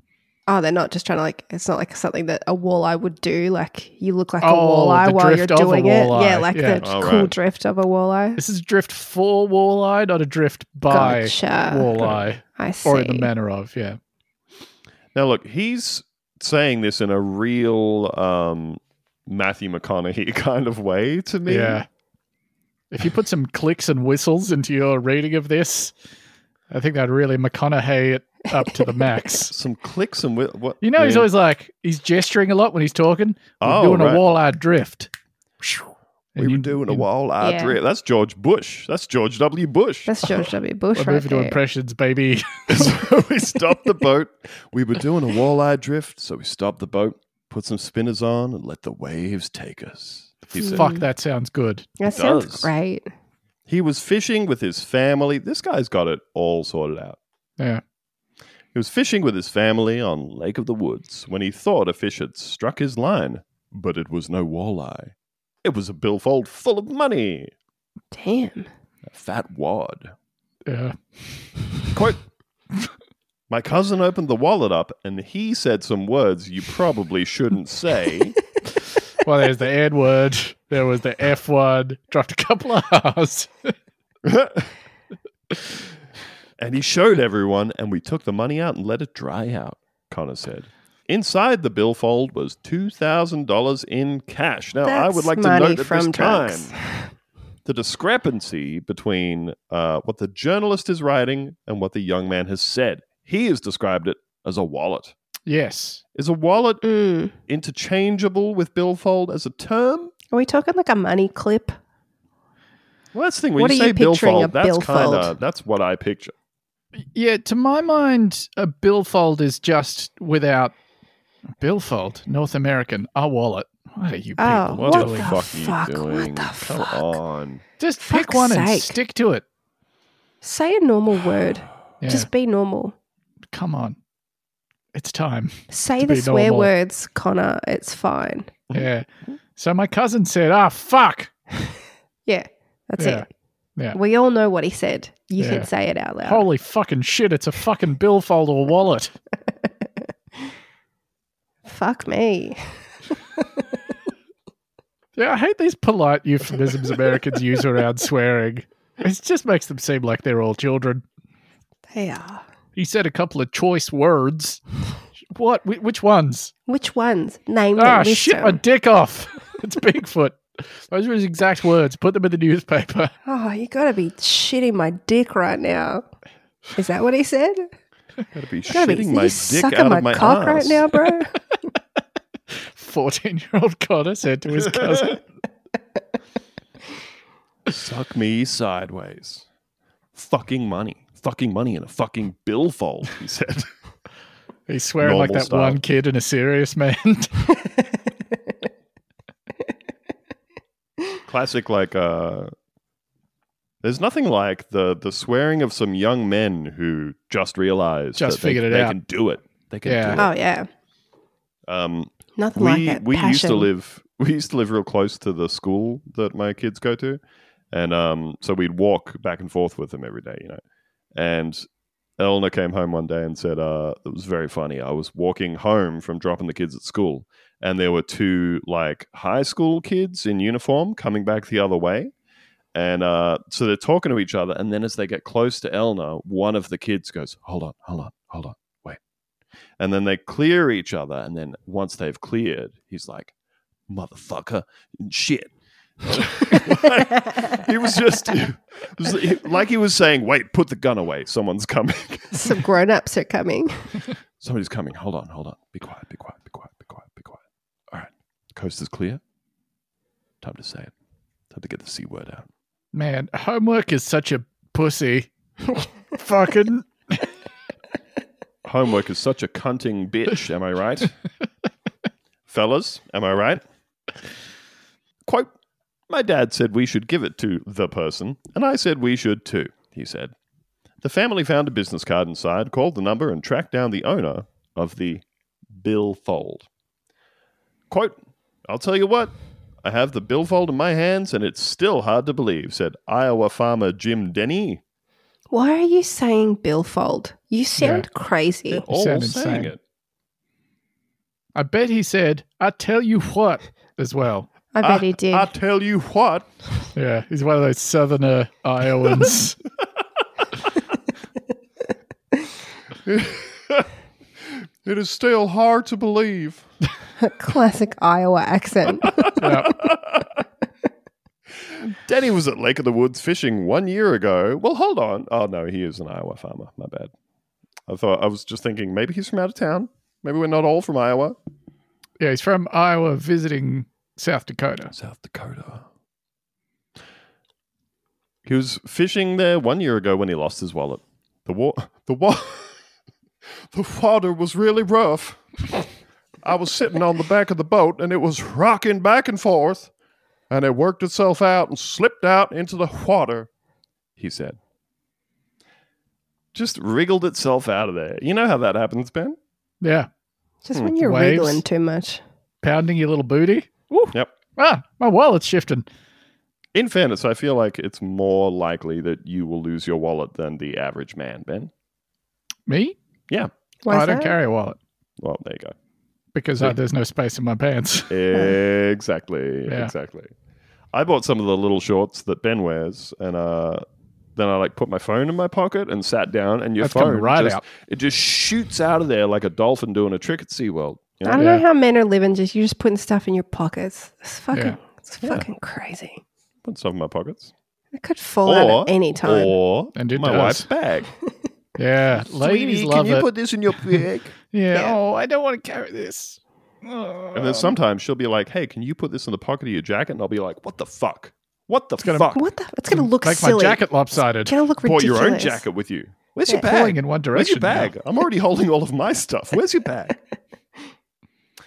Speaker 3: oh, they're not just trying to like. It's not like something that a walleye would do. Like you look like a
Speaker 2: Oh,
Speaker 3: walleye
Speaker 2: the
Speaker 3: while you're
Speaker 2: drift of a
Speaker 3: doing it.
Speaker 2: walleye.
Speaker 3: Yeah, like
Speaker 2: Yeah.
Speaker 3: the
Speaker 4: Oh,
Speaker 3: cool
Speaker 4: right.
Speaker 3: drift of a walleye.
Speaker 2: This is drift for walleye, not a drift by
Speaker 3: Gotcha.
Speaker 2: walleye
Speaker 3: I see.
Speaker 2: or in the manner of, yeah.
Speaker 4: Now, look, he's saying this in a real um, Matthew McConaughey kind of way to me.
Speaker 2: Yeah. If you put some clicks and whistles into your reading of this, I think that'd really McConaughey it up to the max.
Speaker 4: Some clicks and whi- what?
Speaker 2: You know, he's
Speaker 4: yeah.
Speaker 2: always like he's gesturing a lot when he's talking. We're
Speaker 4: Oh,
Speaker 2: doing
Speaker 4: right.
Speaker 2: a walleye drift.
Speaker 4: We
Speaker 2: And
Speaker 4: were
Speaker 2: you-
Speaker 4: doing a
Speaker 2: you-
Speaker 4: walleye
Speaker 3: Yeah.
Speaker 4: drift. That's George Bush. That's George W. Bush.
Speaker 3: That's George W. Bush
Speaker 2: We're
Speaker 3: right
Speaker 2: moving to
Speaker 3: there.
Speaker 2: impressions, baby.
Speaker 4: so we stopped the boat. We were doing a walleye drift, so we stopped the boat, put some spinners on, and let the waves take us. He said.
Speaker 2: Fuck, that sounds good.
Speaker 3: that sounds
Speaker 4: does.
Speaker 3: great.
Speaker 4: He was fishing with his family. This guy's got it all sorted out.
Speaker 2: Yeah.
Speaker 4: He was fishing with his family on Lake of the Woods when he thought a fish had struck his line, but it was no walleye. It was a billfold full of money,
Speaker 3: Damn.
Speaker 4: a fat wad.
Speaker 2: Yeah.
Speaker 4: Quote My cousin opened the wallet up and he said some words you probably shouldn't say.
Speaker 2: Well, there's the N word. There was the F word. Dropped a couple of R's.
Speaker 4: and he showed everyone, and we took the money out and let it dry out, Connor said. Inside the billfold was $2,000 in cash. Now, I would
Speaker 3: That's
Speaker 4: like to
Speaker 3: money
Speaker 4: note at this
Speaker 3: from drugs.
Speaker 4: time the discrepancy between uh, what the journalist is writing and what the young man has said. He has described it as a wallet.
Speaker 2: Yes.
Speaker 4: Is a wallet
Speaker 3: Mm.
Speaker 4: interchangeable with billfold as a term?
Speaker 3: Are we talking like a money clip?
Speaker 4: Well, that's the thing. When
Speaker 3: What
Speaker 4: you
Speaker 3: are
Speaker 4: say
Speaker 3: you picturing
Speaker 4: billfold,
Speaker 3: a
Speaker 4: that's
Speaker 3: billfold?
Speaker 4: kind of that's what I picture.
Speaker 2: Yeah, to my mind, a billfold is just without billfold, North American, a wallet. What are you people
Speaker 3: Oh,
Speaker 4: What,
Speaker 3: What
Speaker 4: the,
Speaker 2: doing?
Speaker 3: the
Speaker 4: fuck,
Speaker 3: fuck?
Speaker 4: are
Speaker 3: What
Speaker 4: you doing?
Speaker 3: the
Speaker 4: Come
Speaker 3: fuck?
Speaker 4: on.
Speaker 2: Just pick
Speaker 3: Fuck's
Speaker 2: one and
Speaker 3: sake.
Speaker 2: stick to it.
Speaker 3: Say a normal word.
Speaker 2: Yeah,
Speaker 3: Just be normal.
Speaker 2: come on. It's time.
Speaker 3: Say
Speaker 2: To
Speaker 3: the
Speaker 2: be
Speaker 3: swear
Speaker 2: normal.
Speaker 3: words, Connor. It's fine.
Speaker 2: Yeah. So my cousin said, ah, fuck.
Speaker 3: Yeah, that's
Speaker 2: Yeah.
Speaker 3: it.
Speaker 2: Yeah.
Speaker 3: We all know what he said. You
Speaker 2: Yeah.
Speaker 3: can say it out loud.
Speaker 2: Holy fucking shit, it's a fucking billfold or wallet.
Speaker 3: Fuck me.
Speaker 2: Yeah, I hate these polite euphemisms Americans use around swearing. It just makes them seem like they're all children.
Speaker 3: They are.
Speaker 2: He said a couple of choice words. What? Wh- Which ones?
Speaker 3: Which ones? Name them.
Speaker 2: Ah,
Speaker 3: list
Speaker 2: shit my
Speaker 3: them.
Speaker 2: dick off. It's Bigfoot. Those were his exact words. Put them in the newspaper.
Speaker 3: Oh, you gotta be shitting my dick right now. Is that what he said?
Speaker 4: Gotta be
Speaker 3: Gotta be
Speaker 4: shitting my
Speaker 3: you
Speaker 4: dick
Speaker 3: sucking
Speaker 4: out
Speaker 3: my,
Speaker 4: of my
Speaker 3: cock
Speaker 4: ass.
Speaker 3: right now, bro.
Speaker 2: 14 year old Connor said to his cousin.
Speaker 4: Suck me sideways. Fucking money. Fucking money in a fucking billfold, he said.
Speaker 2: He's swearing like
Speaker 4: Normal
Speaker 2: that
Speaker 4: style.
Speaker 2: one kid in a serious man.
Speaker 4: Classic like uh there's nothing like the the swearing of some young men who just realize
Speaker 2: Just
Speaker 4: that they-
Speaker 2: figured it
Speaker 4: they,
Speaker 2: out.
Speaker 4: can do it. They can
Speaker 2: Yeah.
Speaker 4: do it.
Speaker 3: Oh yeah, Uh,
Speaker 4: Um,
Speaker 3: nothing
Speaker 4: we
Speaker 3: like that.
Speaker 4: we
Speaker 3: Passion.
Speaker 4: used to live we used to live real close to the school that my kids go to, and um, so we'd walk back and forth with them every day, you know. And Eleanor came home one day and said, uh, "It was very funny. I was walking home from dropping the kids at school, and there were two like high school kids in uniform coming back the other way." And uh, so they're talking to each other, and then as they get close to Eleanor, one of the kids goes, "Hold on, hold on, hold on." and then they clear each other and then once they've cleared he's like motherfucker and shit he was just it was like he was saying wait put the gun away someone's coming
Speaker 3: Some grown ups are coming.
Speaker 4: somebody's coming hold on hold on be quiet be quiet be quiet be quiet be quiet all right coast is clear time to say it time to get the c word out
Speaker 2: Man, homework is such a pussy. fucking.
Speaker 4: homework is such a cunting bitch am i right fellas am i right quote my dad said we should give it to the person and i said we should too he said the family found a business card inside called the number and tracked down the owner of the billfold quote i'll tell you what i have the billfold in my hands and it's still hard to believe said iowa farmer jim denny
Speaker 3: Why are you saying billfold? You sound
Speaker 4: They're
Speaker 3: crazy.
Speaker 4: all saying
Speaker 2: sound insane.
Speaker 4: it
Speaker 2: I bet he said, I tell you what, as well.
Speaker 3: I bet
Speaker 2: Ah,
Speaker 3: he did.
Speaker 4: i tell you what
Speaker 2: Yeah, he's one of those southerner Iowans.
Speaker 4: It is still hard to believe.
Speaker 3: Classic Iowa accent.
Speaker 2: yeah.
Speaker 4: Danny was at Lake of the Woods fishing one year ago. Well, hold on. Oh, no, he is an Iowa farmer. My bad. I thought I was just thinking maybe he's from out of town. Maybe we're not all from Iowa.
Speaker 2: yeah, he's from Iowa visiting South Dakota.
Speaker 4: South Dakota. He was fishing there one year ago when he lost his wallet. The wa- the wa- the water was really rough. I was sitting on the back of the boat and it was rocking back and forth, and it worked itself out and slipped out into the water. He said, "Just wriggled itself out of there." You know how that happens, Ben.
Speaker 2: Yeah,
Speaker 3: Just
Speaker 4: Hmm.
Speaker 3: when you're
Speaker 2: Waves.
Speaker 3: wriggling too much.
Speaker 2: pounding your little booty. Woo.
Speaker 4: Yep.
Speaker 2: Ah, my wallet's shifting.
Speaker 4: In fairness, I feel like it's more likely that you will lose your wallet than the average man, Ben.
Speaker 2: Me?
Speaker 4: Yeah.
Speaker 3: Why
Speaker 2: Oh, I
Speaker 3: is
Speaker 2: don't
Speaker 3: that?
Speaker 2: carry a wallet
Speaker 4: Well, there you
Speaker 2: because uh, there's no space in my pants.
Speaker 4: go. Exactly.
Speaker 2: Yeah.
Speaker 4: Exactly. I bought some of the little shorts that Ben wears, and uh, then I like put my phone in my pocket and sat down, and your
Speaker 2: That's coming
Speaker 4: phone
Speaker 2: right
Speaker 4: just,
Speaker 2: out.
Speaker 4: it just shoots out of there like a dolphin doing a trick at SeaWorld. You
Speaker 3: I
Speaker 4: know?
Speaker 3: don't
Speaker 2: Yeah.
Speaker 3: know how men are living. Just you're just putting stuff in your pockets. It's fucking,
Speaker 2: Yeah.
Speaker 3: it's fucking crazy.
Speaker 4: Put some in my pockets.
Speaker 3: It could fall out at any time.
Speaker 4: Or
Speaker 2: And it
Speaker 4: my
Speaker 2: does.
Speaker 4: wife's bag.
Speaker 2: Yeah, ladies
Speaker 4: Sweetie,
Speaker 2: love
Speaker 4: can you
Speaker 2: it.
Speaker 4: put this in your bag?
Speaker 2: yeah.
Speaker 3: Yeah.
Speaker 2: Oh, I don't want to carry this. Oh.
Speaker 4: and then sometimes she'll be like, "Hey, can you put this in the pocket of your jacket?" And I'll be like, "What the fuck? What the
Speaker 2: gonna-
Speaker 4: fuck?
Speaker 3: What the? It's gonna look
Speaker 2: Make
Speaker 3: silly.
Speaker 2: my jacket lopsided.
Speaker 3: It's gonna look
Speaker 4: Bought
Speaker 3: ridiculous.
Speaker 4: your own jacket with you. Where's your
Speaker 3: Yeah.
Speaker 2: Pulling
Speaker 4: bag?
Speaker 2: in one
Speaker 4: Where's
Speaker 2: direction.
Speaker 4: your
Speaker 2: now.
Speaker 4: bag? I'm already holding all of my stuff. Where's your bag?"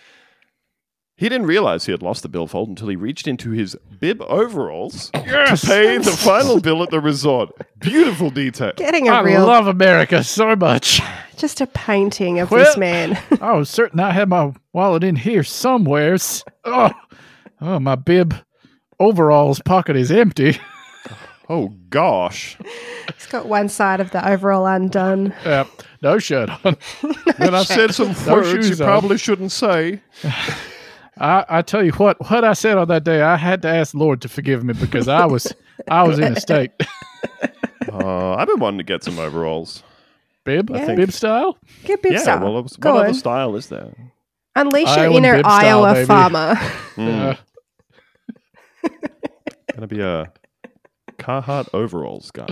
Speaker 4: He didn't realize he had lost the billfold until he reached into his bib overalls
Speaker 2: Yes.
Speaker 4: to pay the final bill at the resort. Beautiful detail.
Speaker 3: Getting a
Speaker 2: I
Speaker 3: real,
Speaker 2: love America so much.
Speaker 3: just a painting of
Speaker 2: Well-
Speaker 3: this man.
Speaker 2: I was certain I had my wallet in here somewheres. Oh, oh, my bib overalls pocket is empty.
Speaker 4: Oh gosh.
Speaker 3: He's got one side of the overall undone.
Speaker 2: Uh, no shirt on.
Speaker 4: When I said some
Speaker 2: No
Speaker 4: words you
Speaker 2: shoes on.
Speaker 4: probably shouldn't say.
Speaker 2: I, I tell you what, what I said on that day, I had to ask the Lord to forgive me because I was, I was in a state.
Speaker 4: Uh, I've been wanting to get some overalls.
Speaker 2: Bib,
Speaker 3: I think-
Speaker 2: bib style.
Speaker 3: Get bib
Speaker 4: yeah,
Speaker 3: style.
Speaker 4: well, what
Speaker 3: Go
Speaker 4: other
Speaker 3: on.
Speaker 4: style is there?
Speaker 3: Unleash your
Speaker 2: Iowan
Speaker 3: inner
Speaker 2: bib style,
Speaker 3: Iowa
Speaker 2: baby.
Speaker 3: farmer.
Speaker 4: Mm.
Speaker 2: Uh,
Speaker 4: Gonna be a Carhartt overalls guy.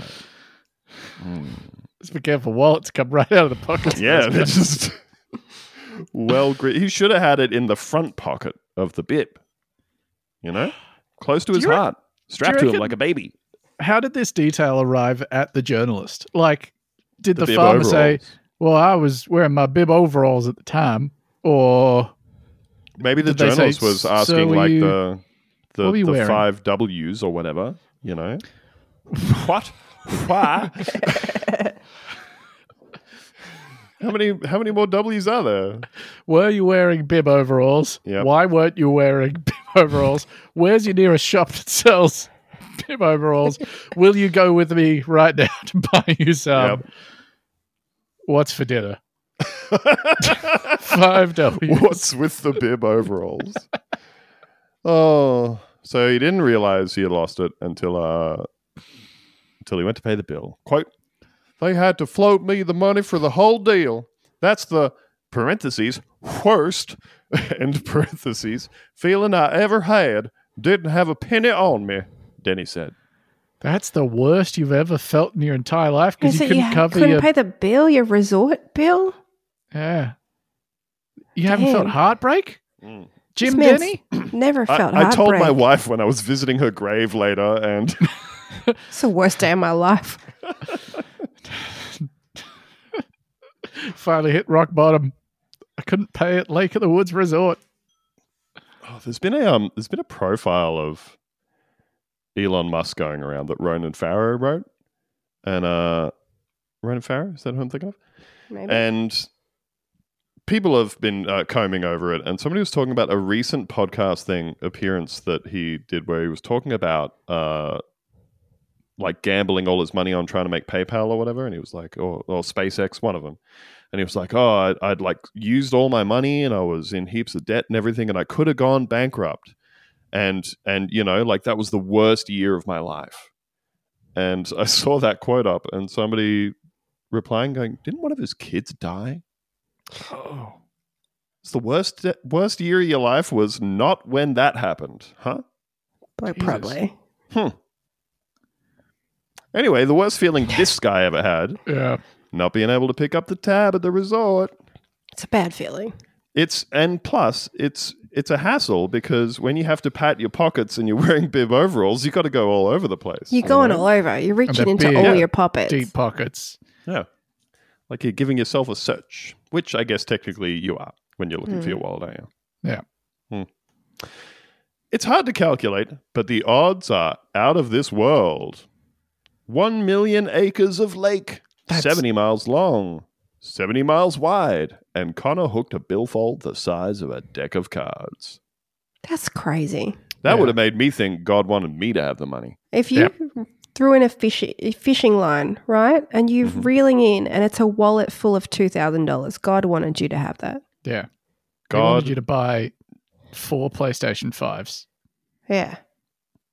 Speaker 2: just be careful, wallets come right out of the pockets.
Speaker 4: Yeah, they're just well. Gri- he should have had it in the front pocket of the bib. You know, close to his
Speaker 2: you re-
Speaker 4: heart, strapped
Speaker 2: you
Speaker 4: to him
Speaker 2: reckon-
Speaker 4: like a baby.
Speaker 2: How did this detail arrive at the journalist? Like, did the,
Speaker 4: bib
Speaker 2: farmer say,
Speaker 4: overalls.
Speaker 2: "Well, I was wearing my bib overalls at the time," or
Speaker 4: Maybe the
Speaker 2: did they say,
Speaker 4: journalist was
Speaker 2: "So
Speaker 4: asking
Speaker 2: were
Speaker 4: like
Speaker 2: you-
Speaker 4: the the,
Speaker 2: what were you
Speaker 4: the
Speaker 2: wearing?"
Speaker 4: five W's or whatever. You know, what? Why? how many? How many more W's are
Speaker 2: Um,
Speaker 4: there?
Speaker 2: Were you wearing bib overalls?
Speaker 4: Yep.
Speaker 2: Why weren't you wearing bib overalls? Where's your nearest shop that sells bib overalls? Will you go with me right now to buy you some?
Speaker 4: Yep.
Speaker 2: What's for dinner? Five W.
Speaker 4: What's with the bib overalls? oh, so he didn't realize he had lost it until uh, until he went to pay the bill. Quote: They had to float me the money for the whole deal. That's the parentheses worst end parentheses feeling I ever had. Didn't have a penny on me. Denny said.
Speaker 2: That's the worst you've ever felt in your entire life because
Speaker 3: Is
Speaker 2: you
Speaker 3: it you
Speaker 2: couldn't
Speaker 3: ha-
Speaker 2: cover
Speaker 3: couldn't
Speaker 2: your.
Speaker 3: pay the bill, your resort bill.
Speaker 2: yeah. You haven't
Speaker 3: Damn.
Speaker 2: felt heartbreak, Jim
Speaker 3: man's-
Speaker 2: Denny.
Speaker 3: Never felt
Speaker 4: I, I told my
Speaker 3: heartbreak.
Speaker 4: wife when I was visiting her grave later, and
Speaker 3: It's the worst day of my life.
Speaker 2: Finally hit rock bottom. I couldn't pay at Lake of the Woods Resort.
Speaker 4: Oh, there's been a um, there's been a profile of Elon Musk going around that Ronan Farrow wrote, and uh, Ronan Farrow is that who I'm thinking of?
Speaker 3: Maybe.
Speaker 4: And people have been uh, combing over it, and somebody was talking about a recent podcast thing appearance that he did where he was talking about uh, like gambling all his money on trying to make PayPal or whatever, and he was like, or, or SpaceX, one of them. And he was like, "Oh, I'd, I'd like used all my money, and I was in heaps of debt and everything, and I could have gone bankrupt, and and you know, like that was the worst year of my life." And I saw that quote up, and somebody replying, going, "Didn't one of his kids die?
Speaker 2: Oh.
Speaker 4: It's the worst de- worst year of your life was not when that happened, huh?"
Speaker 3: Like,
Speaker 2: Jesus.
Speaker 3: probably.
Speaker 4: Anyway, the worst feeling this guy ever had:
Speaker 2: Yeah.
Speaker 4: not being able to pick up the tab at the resort.
Speaker 3: It's a bad feeling.
Speaker 4: It's and plus it's it's a hassle because when you have to pat your pockets and you're wearing bib overalls, you got to go all over the place.
Speaker 3: You're
Speaker 4: you
Speaker 3: going
Speaker 4: know?
Speaker 3: all over. You're reaching
Speaker 2: they're
Speaker 3: into
Speaker 2: big.
Speaker 3: all
Speaker 2: Yeah.
Speaker 3: your pockets.
Speaker 2: Deep pockets.
Speaker 4: yeah, like you're giving yourself a search, which I guess technically you are when you're looking for
Speaker 3: Hmm.
Speaker 4: your wallet, aren't you?
Speaker 2: Yeah.
Speaker 4: Hmm. It's hard to calculate, but the odds are out of this world. One million acres of lake,
Speaker 2: That's-
Speaker 4: seventy miles long, seventy miles wide, and Connor hooked a billfold the size of a deck of cards.
Speaker 3: That's crazy.
Speaker 4: That
Speaker 2: Yeah.
Speaker 4: would have made me think God wanted me to have the money.
Speaker 3: If you threw in a fish, a fishing line, right? And you're
Speaker 2: Mm-hmm.
Speaker 4: Mhm.
Speaker 3: reeling in, and it's a wallet full of $2,000. God wanted you to have that.
Speaker 2: Yeah. They wanted
Speaker 4: God,
Speaker 2: you to buy four PlayStation 5s.
Speaker 3: Yeah.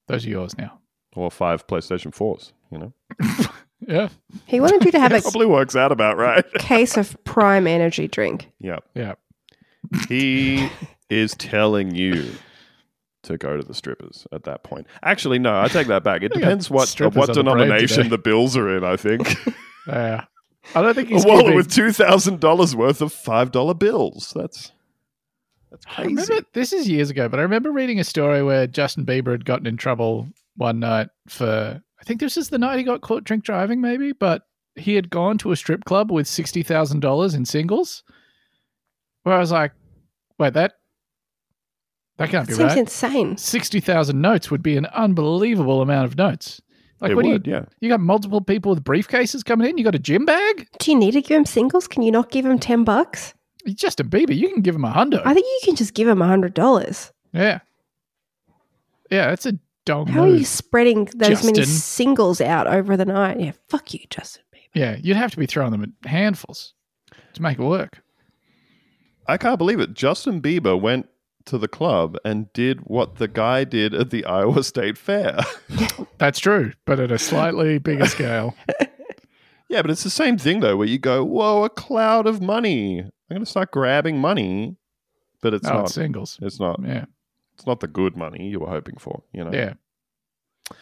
Speaker 2: Those are yours now.
Speaker 4: or five PlayStation 4s, you know?
Speaker 2: Yeah.
Speaker 3: He wanted you to have a
Speaker 4: Probably works out about right.
Speaker 3: case of prime energy drink.
Speaker 4: yeah.
Speaker 2: Yeah.
Speaker 4: He is telling you to go to the strippers at that point. Actually, no, I take that back. It
Speaker 2: We got
Speaker 4: depends what
Speaker 2: strippers
Speaker 4: what
Speaker 2: on the parade
Speaker 4: denomination
Speaker 2: today.
Speaker 4: the bills are in, I think.
Speaker 2: Yeah. I don't think
Speaker 4: a
Speaker 2: he's
Speaker 4: wallet
Speaker 2: keeping-
Speaker 4: with two thousand dollars worth of five dollar bills. That's that's
Speaker 2: I
Speaker 4: crazy.
Speaker 2: remember this is years ago, but I remember reading a story where Justin Bieber had gotten in trouble one night for I think this is the night he got caught drink driving, maybe, but he had gone to a strip club with sixty thousand dollars in singles. Where I was like, wait, that that can't
Speaker 3: It
Speaker 2: be
Speaker 3: seems
Speaker 2: right.
Speaker 3: insane.
Speaker 2: Sixty thousand notes would be an unbelievable amount of notes. Like
Speaker 4: it
Speaker 2: what do you
Speaker 4: would, yeah.
Speaker 2: you got multiple people with briefcases coming in, you got a gym bag?
Speaker 3: Do you need to give him singles? Can you not give him 10 bucks?
Speaker 2: Justin Bieber, you can give him a hundo.
Speaker 3: I think you can just give him $100.
Speaker 2: yeah. Yeah, that's a dog
Speaker 3: How are
Speaker 2: move.
Speaker 3: you spreading those many
Speaker 2: Justin.
Speaker 3: singles out over the night? Yeah, fuck you, Justin Bieber.
Speaker 2: Yeah, you'd have to be throwing them at handfuls to make it work.
Speaker 4: I can't believe it. Justin Bieber went to the club and did what the guy did at the Iowa State Fair.
Speaker 2: That's true, but at a slightly bigger scale.
Speaker 4: yeah, but it's the same thing though, where you go, "Whoa, a cloud of money! I'm going to start grabbing money," but it's
Speaker 2: oh,
Speaker 4: not.
Speaker 2: it's singles.
Speaker 4: It's not.
Speaker 2: Yeah,
Speaker 4: It's not the good money you were hoping for. You know.
Speaker 2: yeah.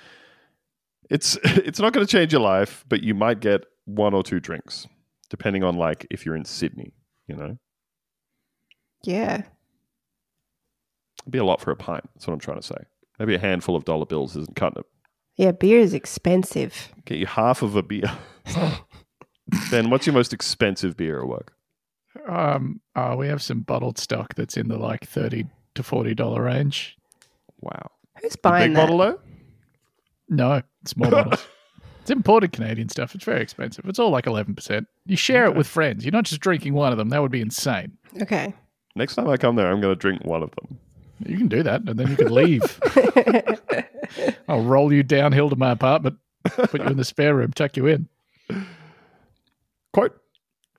Speaker 4: It's it's not going to change your life, but you might get one or two drinks, depending on like if you're in Sydney. You know,
Speaker 3: Yeah.
Speaker 4: it'd be a lot for a pint. That's what I'm trying to say. Maybe a handful of dollar bills isn't cutting it.
Speaker 3: Yeah, beer is expensive.
Speaker 4: Get you half of a beer. ben, what's your most expensive beer at work?
Speaker 2: Um, oh, we have some bottled stock that's in the like thirty to forty dollar range.
Speaker 4: Wow,
Speaker 3: Who's
Speaker 4: The
Speaker 3: buying
Speaker 4: big
Speaker 3: that?
Speaker 4: bottle though.
Speaker 2: No, it's more bottles. It's imported Canadian stuff. It's very expensive. It's all like eleven percent. You share it with friends. You're not just drinking one of them. That would be insane.
Speaker 3: Okay.
Speaker 4: Next time I come there, I'm going to drink one of them.
Speaker 2: You can do that, and then you can leave. I'll roll you downhill to my apartment, put you in the spare room, tuck you in.
Speaker 4: Quote: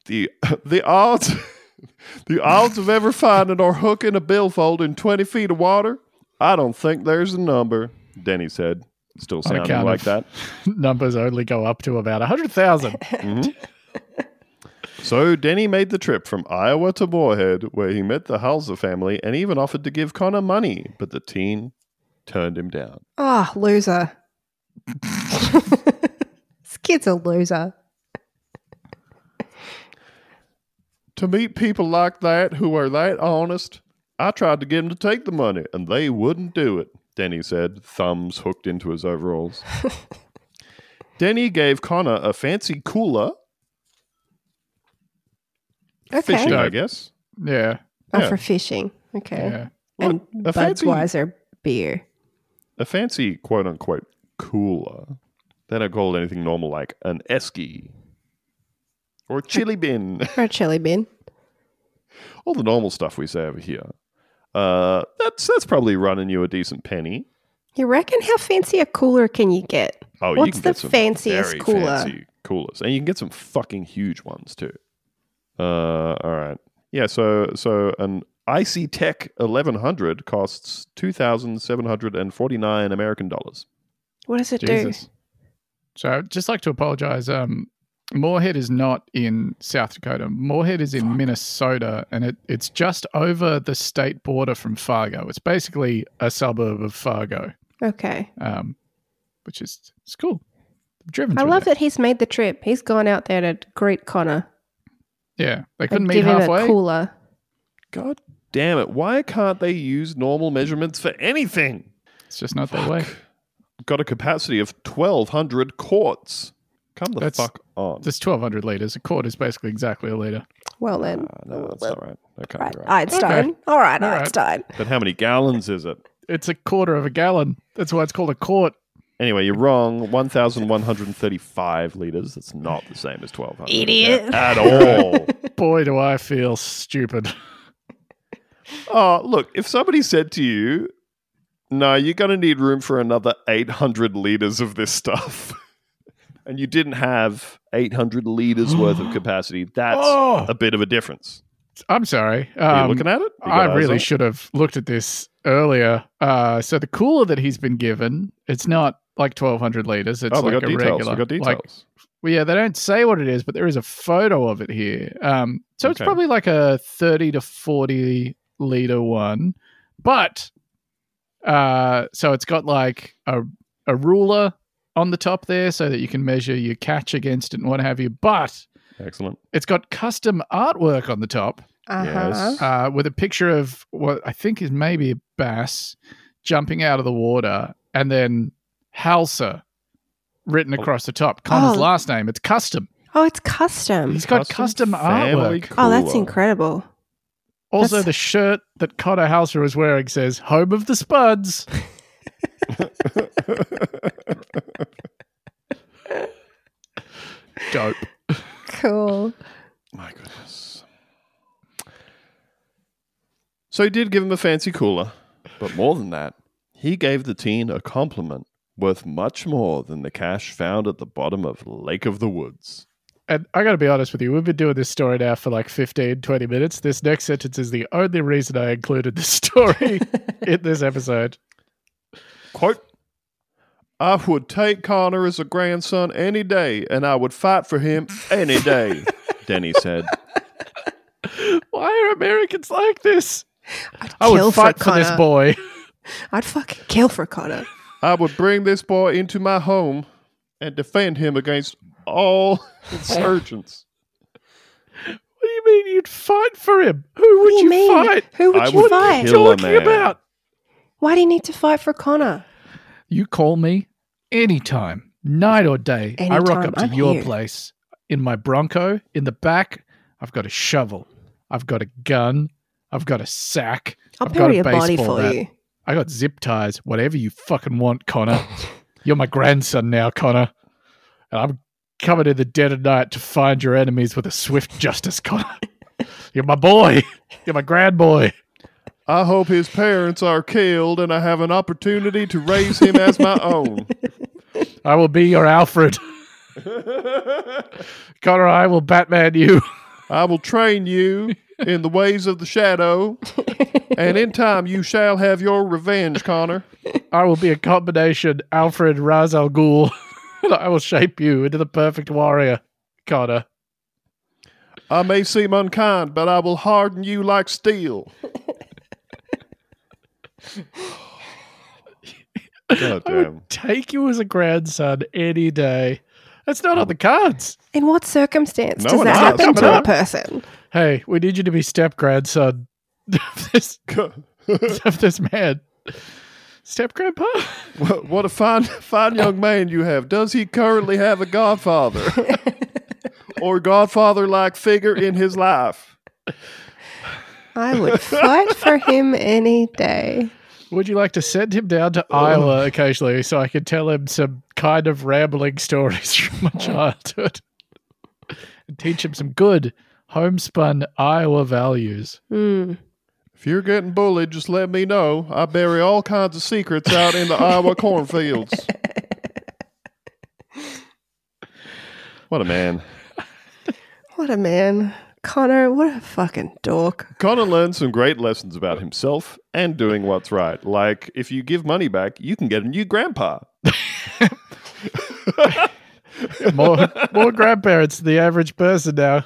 Speaker 4: the the odds the odds of ever finding or hooking a billfold in twenty feet of water. I don't think there's a number. Denny said, still
Speaker 2: On
Speaker 4: sounding
Speaker 2: account
Speaker 4: like
Speaker 2: of-
Speaker 4: that.
Speaker 2: Numbers only go up to about hundred thousand.
Speaker 4: Mhm. so Denny made the trip from Iowa to Moorhead, where he met the Halser family and even offered to give Connor money, but the teen turned him down.
Speaker 3: Ah, loser. this kid's a loser.
Speaker 4: To meet people like that who are that honest, I tried to get them to take the money, and they wouldn't do it, Denny said, thumbs hooked into his overalls. Denny gave Connor a fancy cooler,
Speaker 3: Okay.
Speaker 4: fishing, I
Speaker 2: Dope.
Speaker 4: guess.
Speaker 2: Yeah,
Speaker 3: Oh,
Speaker 4: yeah.
Speaker 3: for fishing. Okay.
Speaker 2: yeah.
Speaker 4: Look,
Speaker 3: And
Speaker 4: a fancy-
Speaker 3: Budweiser beer.
Speaker 4: a fancy quote unquote cooler. They don't call it anything normal like an esky or a chili bin,
Speaker 3: Or a chili bin.
Speaker 4: all the normal stuff we say over here. Uh, that's that's probably running you a decent penny.
Speaker 3: You reckon how fancy a cooler can you get?
Speaker 4: Oh, you
Speaker 3: What's
Speaker 4: can
Speaker 3: the
Speaker 4: get some
Speaker 3: fanciest
Speaker 4: very
Speaker 3: cooler?
Speaker 4: fancy coolers, and you can get some fucking huge ones too. Uh, all right, yeah. So so an icy tech 1100 costs 2749 american dollars
Speaker 3: What does it do?
Speaker 2: Jesus. So I'd just like to apologize. Um, Moorhead is not in South Dakota. Moorhead is in Minnesota, and it, it's just over the state border from Fargo. It's basically a suburb of Fargo,
Speaker 3: Okay.
Speaker 2: um, which is it's cool. I've driven.
Speaker 3: I
Speaker 2: through
Speaker 3: love
Speaker 2: there.
Speaker 3: that he's made the trip. He's gone out there to greet Connor
Speaker 2: Yeah, they couldn't
Speaker 3: and
Speaker 2: meet
Speaker 3: give him
Speaker 2: halfway.
Speaker 3: a cooler.
Speaker 4: god damn it why can't they use normal measurements for anything
Speaker 2: It's just not their way.
Speaker 4: got a capacity of 1200 quarts come the
Speaker 2: That's-
Speaker 4: fuck on
Speaker 2: There's 1,200 liters. A quart is basically exactly a liter.
Speaker 3: Well then,
Speaker 4: Ah, no that's
Speaker 3: Well,
Speaker 4: not right that can't
Speaker 3: right.
Speaker 4: be right
Speaker 3: Einstein. All right, ah,
Speaker 2: All right.
Speaker 3: Einstein.
Speaker 4: but how many gallons is it
Speaker 2: It's a quarter of a gallon. That's why it's called a quart.
Speaker 4: Anyway, you're wrong. 1,135 liters. That's not the same as 1,200.
Speaker 3: Idiot.
Speaker 4: At all.
Speaker 2: Boy, do I feel stupid.
Speaker 4: oh, look, if somebody said to you, no, you're going to need room for another 800 liters of this stuff. and you didn't have 800 liters worth of capacity. That's
Speaker 2: oh,
Speaker 4: a bit of a difference.
Speaker 2: I'm sorry.
Speaker 4: Are you
Speaker 2: Um,
Speaker 4: looking at it? You
Speaker 2: I
Speaker 4: got eyes
Speaker 2: really
Speaker 4: on it?
Speaker 2: should have looked at this earlier. Uh, so the cooler that he's been given, it's not like 1,200 liters. It's
Speaker 4: Oh, we
Speaker 2: like
Speaker 4: got
Speaker 2: a
Speaker 4: details.
Speaker 2: regular.
Speaker 4: We got details.
Speaker 2: Like, well, yeah, they don't say what it is, but there is a photo of it here. Um, so it's
Speaker 4: Okay.
Speaker 2: probably like a 30 to 40 liter one. But uh, so it's got like a, a ruler on the top there so that you can measure your catch against it and what have you. But
Speaker 4: Excellent.
Speaker 2: it's got custom artwork on the top
Speaker 3: Uh-huh.
Speaker 4: Yes.
Speaker 2: uh, with a picture of what I think is maybe a bass jumping out of the water and then Halser written across the top. Connor's
Speaker 3: Oh.
Speaker 2: last name. It's custom.
Speaker 3: Oh, it's custom.
Speaker 2: He's got custom
Speaker 4: family
Speaker 2: artwork.
Speaker 3: Oh, that's
Speaker 4: cooler.
Speaker 3: incredible.
Speaker 2: Also,
Speaker 3: That's-
Speaker 2: the shirt that Connor Halser is wearing says "Home of the Spuds." Dope.
Speaker 3: Cool.
Speaker 4: My goodness. So he did give him a fancy cooler, but more than that, he gave the teen a compliment worth much more than the cash found at the bottom of Lake of the Woods.
Speaker 2: And I got to be honest with you, we've been doing this story now for like 15, 20 minutes. This next sentence is the only reason I included this story in this episode.
Speaker 4: Quote I would take Connor as a grandson any day, and I would fight for him any day, Denny said.
Speaker 2: Why are Americans like this?
Speaker 3: I'd
Speaker 2: I
Speaker 3: kill
Speaker 2: would fight for, this
Speaker 3: Connor.
Speaker 2: boy.
Speaker 3: I'd fucking kill for Connor.
Speaker 4: I would bring this boy into my home and defend him against all insurgents.
Speaker 2: What do you mean you'd fight for him? Who would
Speaker 3: What do
Speaker 2: you,
Speaker 3: you mean?
Speaker 2: fight?
Speaker 3: Who would
Speaker 4: I
Speaker 3: you
Speaker 4: would
Speaker 3: fight?
Speaker 4: kill- a
Speaker 2: Talking
Speaker 4: man.
Speaker 2: about
Speaker 3: Why do you need to fight for Connor?
Speaker 2: you call me anytime, night or day. I rock
Speaker 3: Anytime,
Speaker 2: up to
Speaker 3: I'm
Speaker 2: your
Speaker 3: here.
Speaker 2: place in my Bronco. In the back, I've got a shovel. I've got a gun. I've got a sack.
Speaker 3: I'll
Speaker 2: have got
Speaker 3: bury
Speaker 2: a
Speaker 3: a body
Speaker 2: baseball
Speaker 3: for
Speaker 2: bat.
Speaker 3: you.
Speaker 2: I got zip ties. Whatever you fucking want, Connor. You're my grandson now, Connor. And I'm coming in the dead of night to find your enemies with a swift justice, Connor. You're my boy. You're my grand boy.
Speaker 4: I hope his parents are killed and I have an opportunity to raise him as my own.
Speaker 2: I will be your Alfred. Connor, I will Batman you.
Speaker 4: I will train you in the ways of the shadow, and in time you shall have your revenge, Connor.
Speaker 2: I will be a combination Alfred Raz Al Ghul. I will shape you into the perfect warrior, Connor.
Speaker 4: I may seem unkind, but I will harden you like steel. God
Speaker 2: I would take you as a grandson any day. That's not on the cards.
Speaker 3: In what circumstance
Speaker 4: No
Speaker 3: does
Speaker 4: one
Speaker 3: that
Speaker 4: asked.
Speaker 3: happen
Speaker 4: Come
Speaker 3: to a
Speaker 4: on.
Speaker 3: person?
Speaker 2: Hey, we need you to be step grandson of this, of this man. Step grandpa?
Speaker 4: What, what a fine, fine young man you have. Does he currently have a godfather or godfather like figure in his life?
Speaker 3: I would fight for him any day.
Speaker 2: Would you like to send him down to Iowa occasionally so I can tell him some kind of rambling stories from my childhood and teach him some good homespun Iowa values?
Speaker 3: Hmm.
Speaker 4: If you're getting bullied, just let me know. I bury all kinds of secrets out in the Iowa cornfields. What a man.
Speaker 3: What a man. Connor, what a fucking dork.
Speaker 4: Connor learned some great lessons about himself and doing what's right. Like, if you give money back, you can get a new grandpa.
Speaker 2: More, more grandparents than the average person now.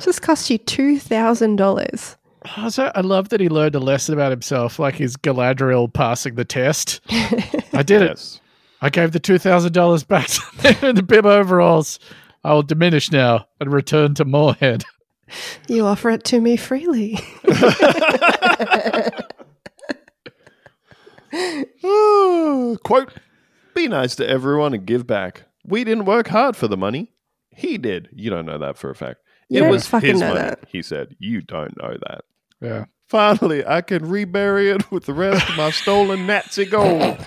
Speaker 3: Just cost you $2,000.
Speaker 2: Also, I love that he learned a lesson about himself, like his Galadriel passing the test. I did it.
Speaker 4: Yes.
Speaker 2: I gave the two thousand dollars back to them in the bib overalls. I will diminish now and return to Moorhead.
Speaker 3: You offer it to me freely.
Speaker 4: Ah, Quote Be nice to everyone and give back. We didn't work hard for the money. He did. You don't know that for a fact.
Speaker 3: You
Speaker 4: it
Speaker 3: don't
Speaker 4: was
Speaker 3: fucking
Speaker 4: his
Speaker 3: know
Speaker 4: money.
Speaker 3: that.
Speaker 4: He said, You don't know that.
Speaker 2: Yeah.
Speaker 4: Finally, I can rebury it with the rest of my stolen Nazi gold.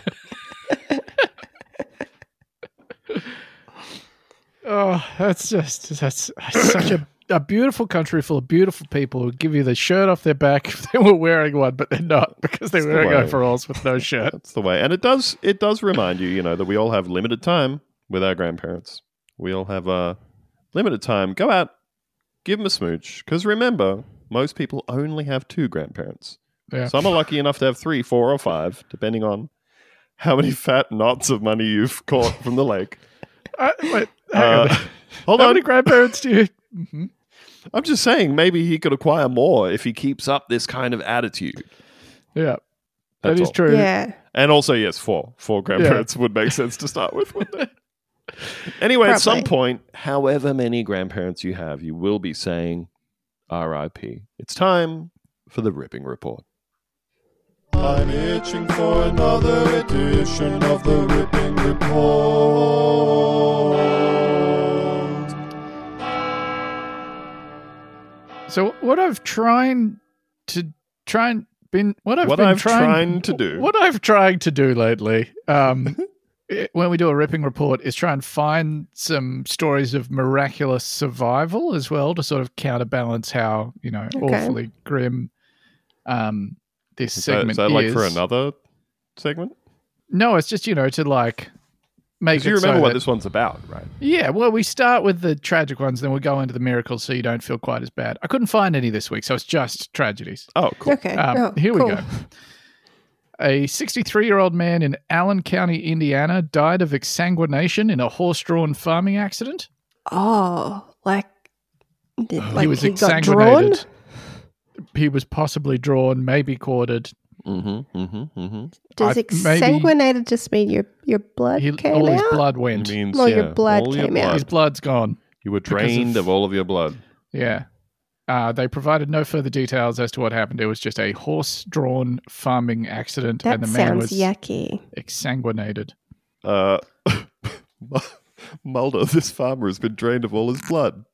Speaker 2: Oh, that's just that's such a a beautiful country full of beautiful people who give you the shirt off their back if they were wearing one, but they're not because they're
Speaker 4: It's the
Speaker 2: wearing
Speaker 4: way.
Speaker 2: overalls with no shirt.
Speaker 4: That's the way. And it does it does remind you, you know, that we all have limited time with our grandparents. We all have uh, limited time. Go out, give them a smooch. Because remember, most people only have two grandparents.
Speaker 2: Yeah.
Speaker 4: Some are lucky enough to have three, four, or five, depending on how many fat knots of money you've caught from the lake.
Speaker 2: I, wait, hang on.
Speaker 4: Uh, hold
Speaker 2: How
Speaker 4: on.
Speaker 2: many grandparents do you? Mhm.
Speaker 4: I'm just saying, maybe he could acquire more if he keeps up this kind of attitude.
Speaker 2: Yeah,
Speaker 4: That's
Speaker 2: That's
Speaker 4: all.
Speaker 2: true.
Speaker 3: Yeah.
Speaker 4: And also, yes, four. Four grandparents would make sense to start with, wouldn't it? anyway, at some
Speaker 3: Probably.
Speaker 4: point, however many grandparents you have, you will be saying RIP. It's time for the Ripping Report. I'm itching for another edition of the Ripping Report.
Speaker 2: So what I've trying to try and been what I've
Speaker 4: What
Speaker 2: been
Speaker 4: I've
Speaker 2: trying,
Speaker 4: trying to do.
Speaker 2: what I've tried to do lately. Um, it- when we do a ripping report, is try and find some stories of miraculous survival as well to sort of counterbalance how you know
Speaker 3: Okay.
Speaker 2: awfully grim um, this
Speaker 4: Is that,
Speaker 2: segment
Speaker 4: Uh, is that like for
Speaker 2: is.
Speaker 4: another segment?
Speaker 2: No, it's just you know to like make
Speaker 4: Because you
Speaker 2: it so
Speaker 4: remember what
Speaker 2: that-
Speaker 4: this one's about, right?
Speaker 2: Yeah, well, we start with the tragic ones, then we go into the miracles, so you don't feel quite as bad. I couldn't find any this week, so it's just tragedies.
Speaker 4: Oh, cool.
Speaker 3: Okay.
Speaker 2: Um,
Speaker 3: Oh,
Speaker 2: here
Speaker 3: cool.
Speaker 2: we go. A 63 year old man in Allen County, Indiana, died of exsanguination in a horse drawn farming accident.
Speaker 3: Oh, like, did, like
Speaker 2: Oh, he was
Speaker 3: got drawn.
Speaker 2: exsanguinated. He was possibly drawn, maybe quartered.
Speaker 4: Mm-hmm, mm-hmm, mm-hmm.
Speaker 3: Does
Speaker 2: I- maybe-
Speaker 3: exsanguinated just mean your your blood
Speaker 2: He,
Speaker 3: came
Speaker 2: all his
Speaker 3: out?
Speaker 2: blood went.
Speaker 4: It means,
Speaker 3: Well, your
Speaker 4: yeah,
Speaker 3: blood
Speaker 4: all your
Speaker 3: came out.
Speaker 2: His blood's gone.
Speaker 4: You were
Speaker 2: Because of-
Speaker 4: drained of all of your blood.
Speaker 2: Yeah. Uh, they provided no further details as to what happened. It was just a horse drawn farming accident,
Speaker 3: That
Speaker 2: and the man
Speaker 3: sounds
Speaker 2: was
Speaker 3: yucky.
Speaker 2: exsanguinated.
Speaker 4: Uh, Mulder, this farmer has been drained of all his blood.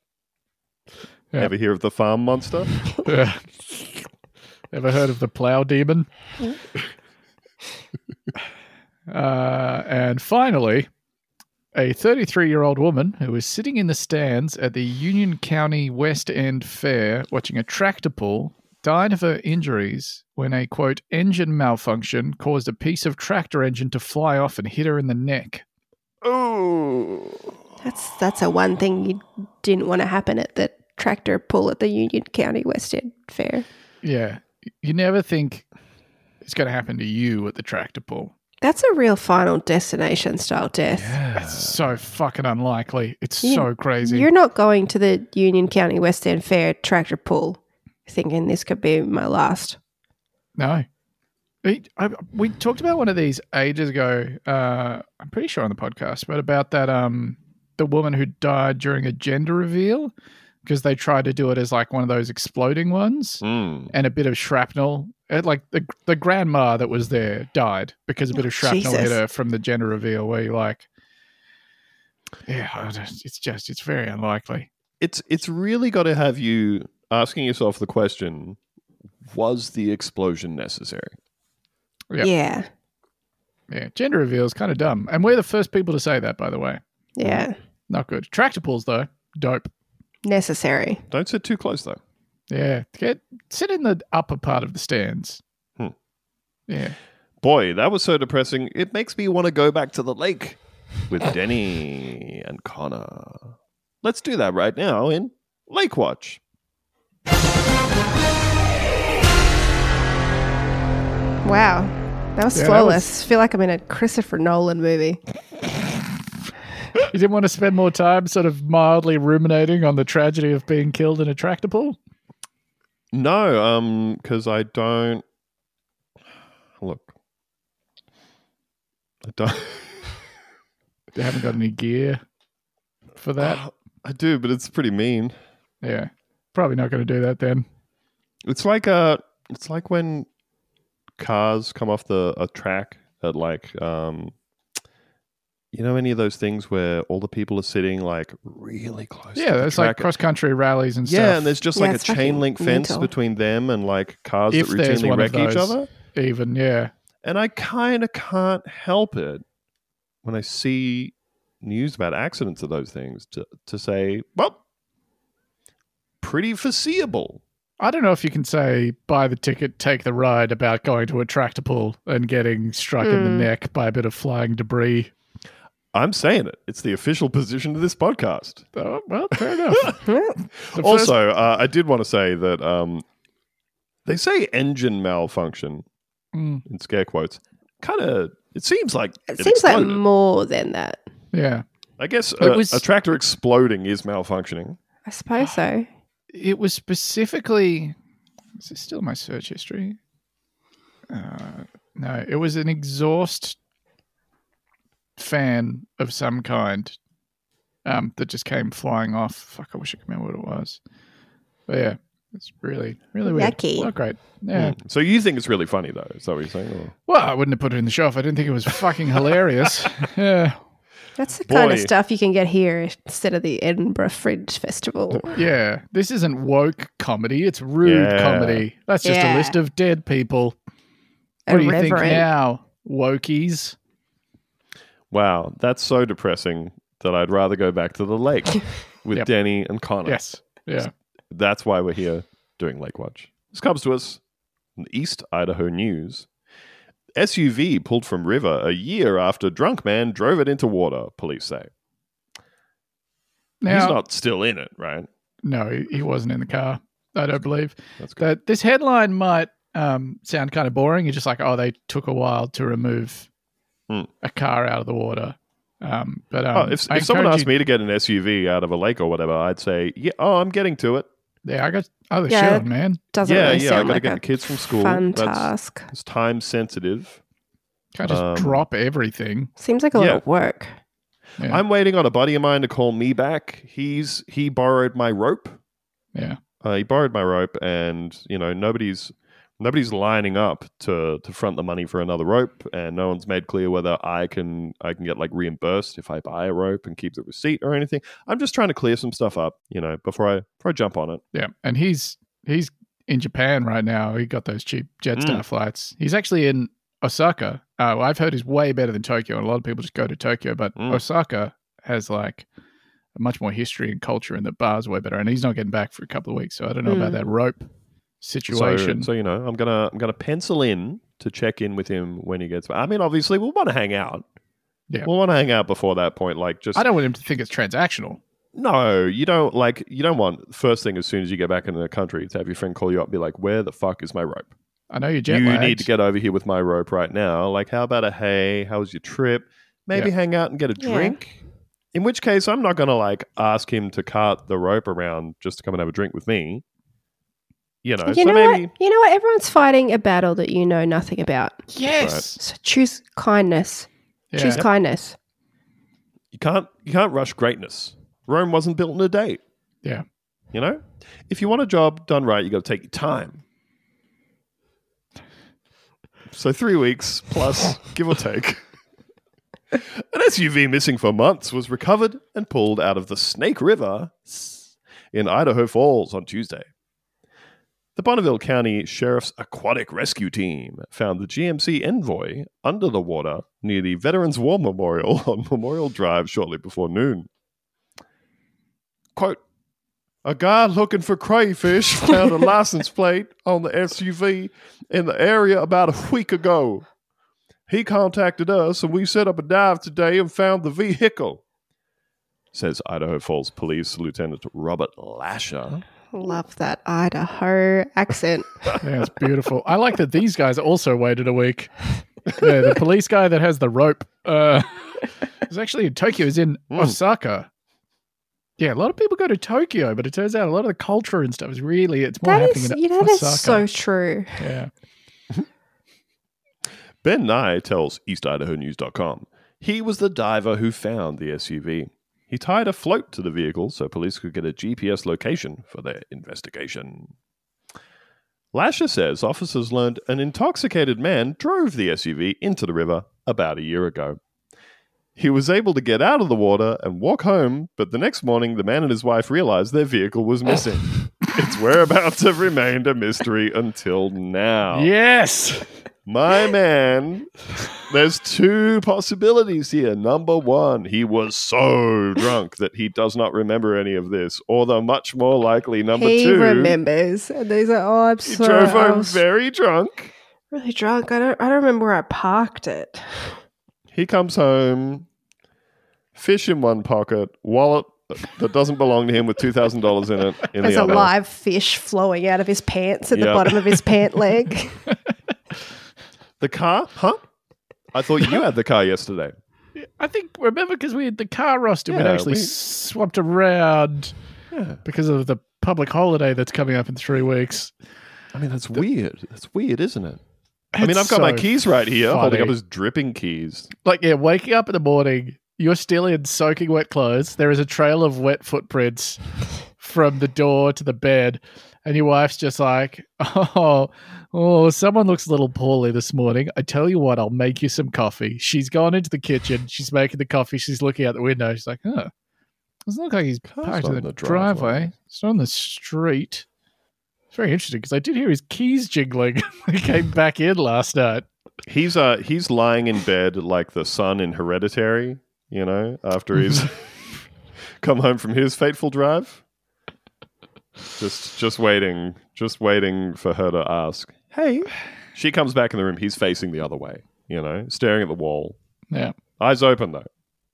Speaker 2: Yeah.
Speaker 4: Ever hear of the farm monster?
Speaker 2: Yeah. Ever heard of the plow demon? uh, and finally, a 33 year old woman who was sitting in the stands at the Union County West End Fair watching a tractor pull died of her injuries when a quote engine malfunction caused a piece of tractor engine to fly off and hit her in the neck.
Speaker 4: Ooh.
Speaker 3: That's that's a one thing you didn't want to happen at the tractor pull at the Union County West End Fair.
Speaker 2: Yeah. You never think it's going to happen to you at the tractor pull.
Speaker 3: That's a real Final Destination style death.
Speaker 2: It's so fucking unlikely. It's
Speaker 3: You-
Speaker 2: so crazy.
Speaker 3: You're not going to the Union County West End Fair tractor pull thinking this could be my last.
Speaker 2: no. We, I, we talked about one of these ages ago. Uh, I'm pretty sure on the podcast, but about that um the woman who died during a gender reveal because they tried to do it as like one of those exploding ones
Speaker 4: Mm.
Speaker 2: and a bit of shrapnel. It, like the the grandma that was there died because a bit of shrapnel hit
Speaker 3: Oh, Jesus.
Speaker 2: her from the gender reveal. Where you like, yeah, I don't- it's just it's very unlikely.
Speaker 4: It's it's really got to have you asking yourself the question: Was the explosion necessary?
Speaker 2: Yep.
Speaker 3: Yeah.
Speaker 2: Yeah, gender reveal is kind of dumb. And we're the first people to say that, by the way.
Speaker 3: Yeah.
Speaker 2: Not good. Tractor pulls, though, dope.
Speaker 3: Necessary.
Speaker 4: Don't sit too close, though.
Speaker 2: Yeah, get sit in the upper part of the stands.
Speaker 4: Hmm.
Speaker 2: Yeah,
Speaker 4: Boy, that was so depressing. It makes me want to go back to the lake with Denny and Connor. Let's do that right now in Lake Watch.
Speaker 3: Wow. That was
Speaker 2: Yeah, that
Speaker 3: flawless.
Speaker 2: was-
Speaker 3: feel like I'm in a Christopher Nolan movie.
Speaker 2: you didn't want to spend more time sort of mildly ruminating on the tragedy of being killed in a tractor pull.
Speaker 4: No, um, because I don't look. I don't.
Speaker 2: They haven't got any gear for that.
Speaker 4: I do, but it's pretty mean.
Speaker 2: Yeah, probably not going to do that then.
Speaker 4: It's like uh It's like when cars come off the a track at like um. You know any of those things where all the people are sitting like really close?
Speaker 2: Yeah,
Speaker 4: to the
Speaker 2: that's like
Speaker 4: track?
Speaker 2: cross country rallies and
Speaker 4: yeah,
Speaker 2: stuff.
Speaker 4: and there's just
Speaker 3: Yeah,
Speaker 4: like a
Speaker 3: it's fucking
Speaker 4: chain link fence
Speaker 3: mental.
Speaker 4: between them and like cars
Speaker 2: If
Speaker 4: that
Speaker 2: there's
Speaker 4: routinely
Speaker 2: one of
Speaker 4: wreck each
Speaker 2: those.
Speaker 4: other.
Speaker 2: Even yeah,
Speaker 4: And I kind of can't help it when I see news about accidents of those things to, to say, well, pretty foreseeable.
Speaker 2: I don't know if you can say buy the ticket, take the ride about going to a tractor pull and getting struck in the
Speaker 3: Mm.
Speaker 2: neck by a bit of flying debris.
Speaker 4: I'm saying it. It's the official position of this podcast.
Speaker 2: Oh, well, fair enough. The first-
Speaker 4: also, uh, I did want to say that um, they say engine malfunction
Speaker 2: Mm,
Speaker 4: in scare quotes. Kind of, it seems like
Speaker 3: It seems like
Speaker 4: exploded.
Speaker 3: more than that.
Speaker 2: yeah.
Speaker 4: I guess
Speaker 2: It
Speaker 4: a,
Speaker 2: was-
Speaker 4: a tractor exploding is malfunctioning.
Speaker 3: I suppose so.
Speaker 2: it was specifically is this still my search history uh, no it was an exhaust fan of some kind um, that just came flying off fuck i wish i could remember what it was but yeah it's really really weird
Speaker 3: Yucky.
Speaker 2: not great yeah
Speaker 4: Mm. So you think it's really funny though? Is that what you're saying? Or-
Speaker 2: well i wouldn't have put it in the show if i didn't think it was fucking hilarious yeah
Speaker 3: That's the kind of
Speaker 4: Boy.
Speaker 3: stuff you can get here instead of the Edinburgh Fringe Festival.
Speaker 2: yeah this isn't woke comedy it's rude
Speaker 4: Yeah.
Speaker 2: comedy that's just
Speaker 3: Yeah.
Speaker 2: a list of dead people What do you think
Speaker 3: Irreverent.
Speaker 2: now, wokies?
Speaker 4: Wow, that's so depressing that I'd rather go back to the lake with
Speaker 2: Yep.
Speaker 4: Danny and Connor.
Speaker 2: Yes. Yeah.
Speaker 4: That's why we're here doing Lake Watch. This comes to us from the East Idaho News. SUV pulled from river a year after drunk man drove it into water, police say.
Speaker 2: Now,
Speaker 4: He's not still in it, right?
Speaker 2: no, he- he wasn't in the car. I don't believe
Speaker 4: That's good.
Speaker 2: that. This headline might um, sound kind of boring. You're just like, oh, they took a while to remove
Speaker 4: Hmm.
Speaker 2: a car out of the water. Um, but um,
Speaker 4: oh, if,
Speaker 2: I
Speaker 4: if someone
Speaker 2: encourage
Speaker 4: asked me to get an SUV out of a lake or whatever, I'd say, yeah, oh, I'm getting to it.
Speaker 2: you, yeah, I got other
Speaker 3: Yeah.
Speaker 2: shit on, man.
Speaker 3: Doesn't
Speaker 4: Yeah,
Speaker 3: really
Speaker 4: yeah, I
Speaker 3: sound
Speaker 4: gotta
Speaker 3: like
Speaker 4: get
Speaker 3: a
Speaker 4: the kids from school.
Speaker 3: fun
Speaker 4: That's-
Speaker 3: task.
Speaker 4: It's time sensitive.
Speaker 2: Can't just
Speaker 4: Um,
Speaker 2: drop everything.
Speaker 3: Seems like a lot
Speaker 4: yeah.
Speaker 3: of work.
Speaker 2: Yeah.
Speaker 4: I'm waiting on a buddy of mine to call me back. He's he borrowed my rope.
Speaker 2: Yeah.
Speaker 4: Uh, he borrowed my rope, and you know nobody's nobody's lining up to to front the money for another rope, and no one's made clear whether I can I can get like reimbursed if I buy a rope and keep the receipt or anything. I'm just trying to clear some stuff up, you know, before I before I jump on it.
Speaker 2: Yeah, and he's he's in Japan right now. He got those cheap Jetstar flights. He's actually in Osaka. Uh, well, I've heard is way better than Tokyo, and a lot of people just go to Tokyo, but
Speaker 4: Mm.
Speaker 2: Osaka has like much more history and culture, and the bars way better. And he's not getting back for a couple of weeks, so I don't know about
Speaker 3: Mm.
Speaker 2: that rope
Speaker 4: So-
Speaker 2: situation.
Speaker 4: So, you know, I'm gonna I'm gonna pencil in to check in with him when he gets. back. I mean, obviously we'll want to hang out.
Speaker 2: Yeah.
Speaker 4: we'll want to hang out before that point. Like just
Speaker 2: I don't want him to think it's transactional.
Speaker 4: No, you don't like you don't want first thing as soon as you get back into the country to have your friend call you up and be like, Where the fuck is my rope?
Speaker 2: I know you're jet
Speaker 4: you
Speaker 2: lagged.
Speaker 4: need to get over here with my rope right now. Like, how about a hey, how was your trip? Maybe
Speaker 2: Yeah.
Speaker 4: hang out and get a
Speaker 3: Yeah.
Speaker 4: drink. In which case I'm not gonna like ask him to cart the rope around just to come and have a drink with me. You know,
Speaker 3: you
Speaker 4: so
Speaker 3: know
Speaker 4: maybe
Speaker 3: what? You know what? Everyone's fighting a battle that you know nothing about.
Speaker 2: yes.
Speaker 3: So choose kindness.
Speaker 2: Yeah.
Speaker 3: Choose kindness.
Speaker 4: you can't you can't rush greatness. Rome wasn't built in a day.
Speaker 2: Yeah.
Speaker 4: You know? If you want a job done right, you gotta take your time. So three weeks plus, give or take. An SUV missing for months was recovered and pulled out of the Snake River in Idaho Falls on Tuesday. The Bonneville County Sheriff's Aquatic Rescue Team found the GMC Envoy under the water near the Veterans War Memorial on Memorial Drive shortly before noon. Quote A guy looking for crayfish found a license plate on the SUV in the area about a week ago. He contacted us and we set up a dive today and found the vehicle, says Idaho Falls Police Lieutenant Robert Lasher.
Speaker 3: Love that Idaho accent.
Speaker 2: Yeah, it's beautiful. I like that these guys also waited a week. Yeah, the police guy that has the rope uh, is actually in Tokyo. Is in
Speaker 4: Mm.
Speaker 2: Osaka. Yeah, a lot of people go to Tokyo, but it turns out a lot of the culture and stuff is really it's more
Speaker 3: That
Speaker 2: happening
Speaker 3: is,
Speaker 2: in
Speaker 3: you know,
Speaker 2: Osaka.
Speaker 3: that's so true.
Speaker 2: yeah,
Speaker 4: Ben Nye tells EastIdahoNews.com he was the diver who found the SUV. He tied a float to the vehicle so police could get a GPS location for their investigation. Lasher says officers learned an intoxicated man drove the SUV into the river about a year ago. He was able to get out of the water and walk home, but the next morning the man and his wife realized their vehicle was missing. its whereabouts have remained a mystery until now.
Speaker 2: yes,
Speaker 4: My man, there's two possibilities here. Number one, he was so drunk that he does not remember any of this, or the much more likely number
Speaker 3: he
Speaker 4: two,
Speaker 3: remembers. And he's like, oh, I'm
Speaker 4: he
Speaker 3: sorry.
Speaker 4: drove
Speaker 3: I
Speaker 4: home
Speaker 3: was
Speaker 4: very drunk.
Speaker 3: really drunk. I don't, I don't remember where I parked it.
Speaker 4: He comes home, fish in one pocket, wallet that doesn't belong to him with two thousand dollars in it in
Speaker 3: There's
Speaker 4: the
Speaker 3: a
Speaker 4: other.
Speaker 3: live fish flowing out of his pants at the
Speaker 4: Yeah.
Speaker 3: bottom of his pant leg.
Speaker 4: The car? Huh? I thought you had the car yesterday.
Speaker 2: I think remember because we had the car roster, we'd
Speaker 4: Yeah,
Speaker 2: actually
Speaker 4: we-
Speaker 2: swapped around
Speaker 4: Yeah.
Speaker 2: because of the public holiday that's coming up in three weeks.
Speaker 4: I mean, that's weird. That's weird, isn't it? I mean,
Speaker 2: It's
Speaker 4: I've got my
Speaker 2: so
Speaker 4: keys right here, holding up
Speaker 2: funny.
Speaker 4: his dripping keys.
Speaker 2: Like, yeah, waking up in the morning, you're still in soaking wet clothes. There is a trail of wet footprints from the door to the bed, and your wife's just like, "Oh, oh, someone looks a little poorly this morning." I tell you what, I'll make you some coffee. She's gone into the kitchen. She's making the coffee. She's looking out the window. She's like, "Huh." Doesn't look like he's
Speaker 4: Car's
Speaker 2: parked in
Speaker 4: on
Speaker 2: the,
Speaker 4: the
Speaker 2: driveway.
Speaker 4: driveway.
Speaker 2: It's not on the street. It's very interesting because I did hear his keys jingling when he came back in last night.
Speaker 4: He's uh he's lying in bed like the son in Hereditary, you know, after he's
Speaker 2: Mm-hmm.
Speaker 4: come home from his fateful drive. Just just waiting, just waiting for her to ask. Hey, she comes back in the room. He's facing the other way, you know, staring at the wall.
Speaker 2: Yeah.
Speaker 4: Eyes open though.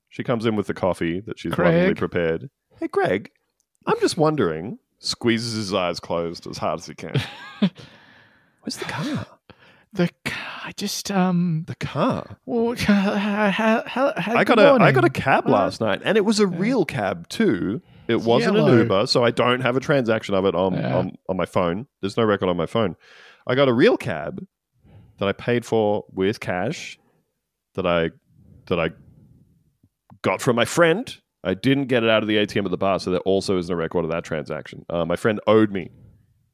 Speaker 4: She comes in with the coffee that she's lovingly
Speaker 2: Craig?
Speaker 4: prepared. Hey, Greg, I'm just wondering. Squeezes his eyes closed as hard as he can. Where's the car?
Speaker 2: The car, I just um.
Speaker 4: The car.
Speaker 2: Well, how, how, how, how,
Speaker 4: I got
Speaker 2: good
Speaker 4: a I
Speaker 2: morning.
Speaker 4: got a cab
Speaker 2: Well,
Speaker 4: last night, and it was a real cab too. It
Speaker 2: It's
Speaker 4: wasn't
Speaker 2: yellow.
Speaker 4: an Uber, so I don't have a transaction of it on,
Speaker 2: Yeah.
Speaker 4: on on my phone. There's no record on my phone. I got a real cab that I paid for with cash that I that I got from my friend. I didn't get it out of the ATM at the bar, so there also isn't a record of that transaction. Uh, my friend owed me.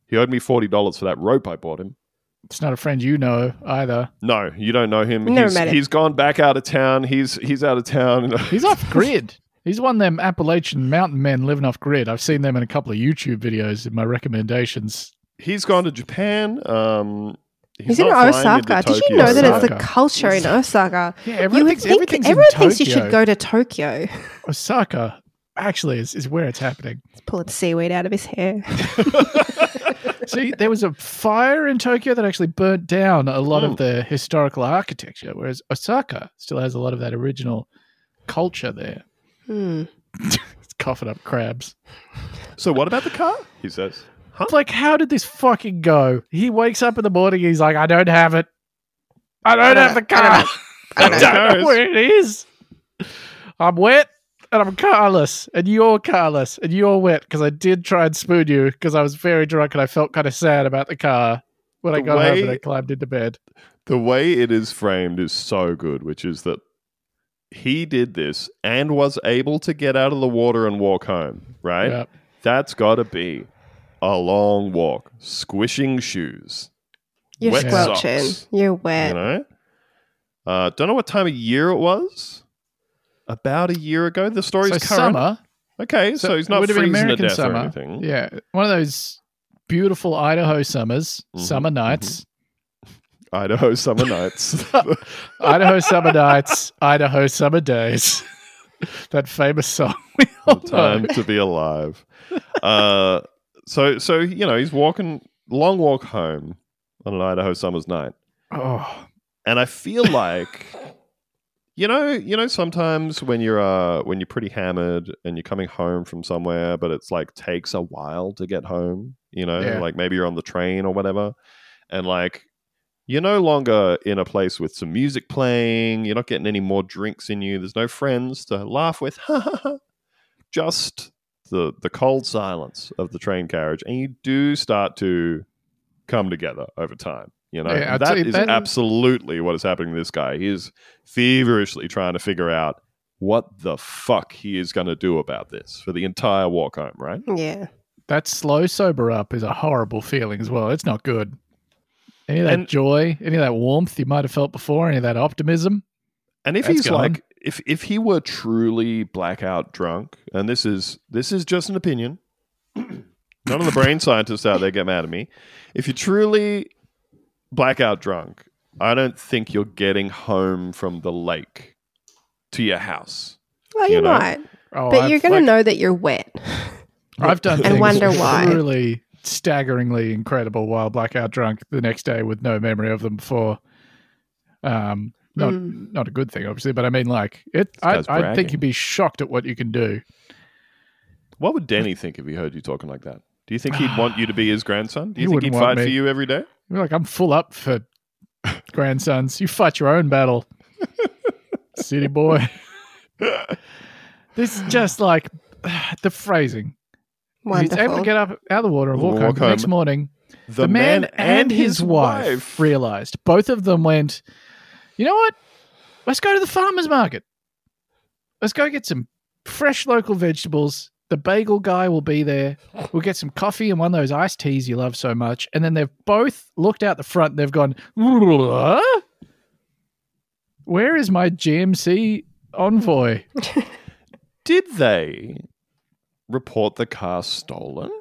Speaker 4: He owed me forty dollars for that rope I bought him.
Speaker 2: It's not a friend you know either.
Speaker 4: No, you don't know him.
Speaker 3: Never
Speaker 4: he's,
Speaker 3: met him.
Speaker 4: he's gone back out of town. He's he's out of town.
Speaker 2: He's off grid. He's one of them Appalachian mountain men living off grid. I've seen them in a couple of YouTube videos in my recommendations.
Speaker 4: he's gone to Japan. Um,
Speaker 3: He's, in
Speaker 4: not flying
Speaker 3: Osaka.
Speaker 4: into
Speaker 3: Did you
Speaker 4: Tokyo.
Speaker 3: know that it's the
Speaker 2: Osaka.
Speaker 3: culture in Osaka?
Speaker 2: Yeah,
Speaker 3: You
Speaker 2: everyone
Speaker 3: would
Speaker 2: thinks
Speaker 3: think
Speaker 2: everything's
Speaker 3: everyone
Speaker 2: in Tokyo.
Speaker 3: thinks you should go to Tokyo.
Speaker 2: Osaka actually is, is where it's happening.
Speaker 3: He's pulling seaweed out of his hair.
Speaker 2: See, there was a fire in Tokyo that actually burnt down a lot
Speaker 4: Hmm.
Speaker 2: of the historical architecture, whereas Osaka still has a lot of that original culture there.
Speaker 3: Hmm.
Speaker 2: It's coughing up crabs.
Speaker 4: So what about the car? He says. Huh?
Speaker 2: It's like, how did this fucking go? He wakes up in the morning. He's like, I don't have it. I don't,
Speaker 3: don't
Speaker 2: have the car. I
Speaker 4: I don't
Speaker 2: don't,
Speaker 4: know. I don't
Speaker 2: know
Speaker 4: know.
Speaker 2: where it is. I'm wet and I'm carless, and you're carless, and you're wet because I did try and spoon you because I was very drunk and I felt kind of sad about the car when I
Speaker 4: The
Speaker 2: got home and
Speaker 4: way-
Speaker 2: I climbed into bed.
Speaker 4: The way it is framed is so good, which is that he did this and was able to get out of the water and walk home. Right?
Speaker 2: Yeah.
Speaker 4: That's got to be a long walk, squishing shoes.
Speaker 3: You're
Speaker 4: Wet
Speaker 3: squelching.
Speaker 4: socks.
Speaker 3: You're wet.
Speaker 4: You know. Uh, don't know what time of year it was. About a year ago, the story's
Speaker 2: So
Speaker 4: current.
Speaker 2: summer,
Speaker 4: Okay, so,
Speaker 2: So
Speaker 4: he's
Speaker 2: it
Speaker 4: not
Speaker 2: would have been
Speaker 4: freezing to
Speaker 2: American
Speaker 4: death
Speaker 2: summer.
Speaker 4: or anything.
Speaker 2: yeah, one of those beautiful Idaho summers,
Speaker 4: Mhm,
Speaker 2: summer nights,
Speaker 4: Idaho summer nights.
Speaker 2: Idaho summer nights, Idaho summer days. that famous song. We all
Speaker 4: the time to be alive. Uh, so so you know he's walking long walk home on an Idaho summer's night,
Speaker 2: know. Oh,
Speaker 4: and I feel like you know you know sometimes when you're uh, when you're pretty hammered and you're coming home from somewhere, but it's like takes a while to get home. You know,
Speaker 2: Yeah.
Speaker 4: like maybe you're on the train or whatever, and like. You're no longer in a place with some music playing. You're not getting any more drinks in you. There's no friends to laugh with. just the the cold silence of the train carriage, and you do start to come together over time. You know,
Speaker 2: Yeah, I'd
Speaker 4: that
Speaker 2: say
Speaker 4: is
Speaker 2: then-
Speaker 4: absolutely what is happening to this guy. He is feverishly trying to figure out what the fuck he is going to do about this for the entire walk home. Right?
Speaker 3: Yeah.
Speaker 2: that slow sober up is a horrible feeling as well. It's not good. Any of that
Speaker 4: And-
Speaker 2: joy, any of that warmth you might have felt before, any of that optimism.
Speaker 4: And if
Speaker 2: That's
Speaker 4: he's
Speaker 2: gone.
Speaker 4: like, if if he were truly blackout drunk, and this is this is just an opinion. None of the brain scientists out there get mad at me. If you're truly blackout drunk, I don't think you're getting home from the lake to your house.
Speaker 3: Well,
Speaker 4: You
Speaker 3: you,
Speaker 4: know,
Speaker 3: might,
Speaker 2: Oh,
Speaker 3: but
Speaker 2: I've,
Speaker 3: you're going
Speaker 2: like,
Speaker 3: to know that you're wet.
Speaker 2: I've done
Speaker 4: and
Speaker 2: things
Speaker 3: wonder why.
Speaker 2: Truly staggeringly incredible while blackout drunk the next day with no memory of them before. Um, not
Speaker 3: Mm.
Speaker 2: not a good thing, obviously, but I mean, like it. I,
Speaker 4: guy's
Speaker 2: I
Speaker 4: bragging.
Speaker 2: think you'd be shocked at what you can do.
Speaker 4: What would Denny think if he heard you talking like that? Do you think he'd want you to be his grandson? Do
Speaker 2: He
Speaker 4: you think
Speaker 2: wouldn't
Speaker 4: he'd
Speaker 2: want
Speaker 4: fight for
Speaker 2: me.
Speaker 4: you every day?
Speaker 2: You're like, I'm full up for grandsons. You fight your own battle, city boy. this is just like the phrasing.
Speaker 3: Wonderful.
Speaker 2: He's able to get up out of the water and walk,
Speaker 4: Walk
Speaker 2: home. The
Speaker 4: home.
Speaker 2: next morning. The, man, and his wife, realized. Both of them went, you know what? Let's go to the farmer's market. Let's go get some fresh local vegetables. The bagel guy will be there. We'll get some coffee and one of those iced teas you love so much. And then they've both looked out the front. And they've gone, "Huh? where is my GMC envoy?
Speaker 4: Did they report the car stolen?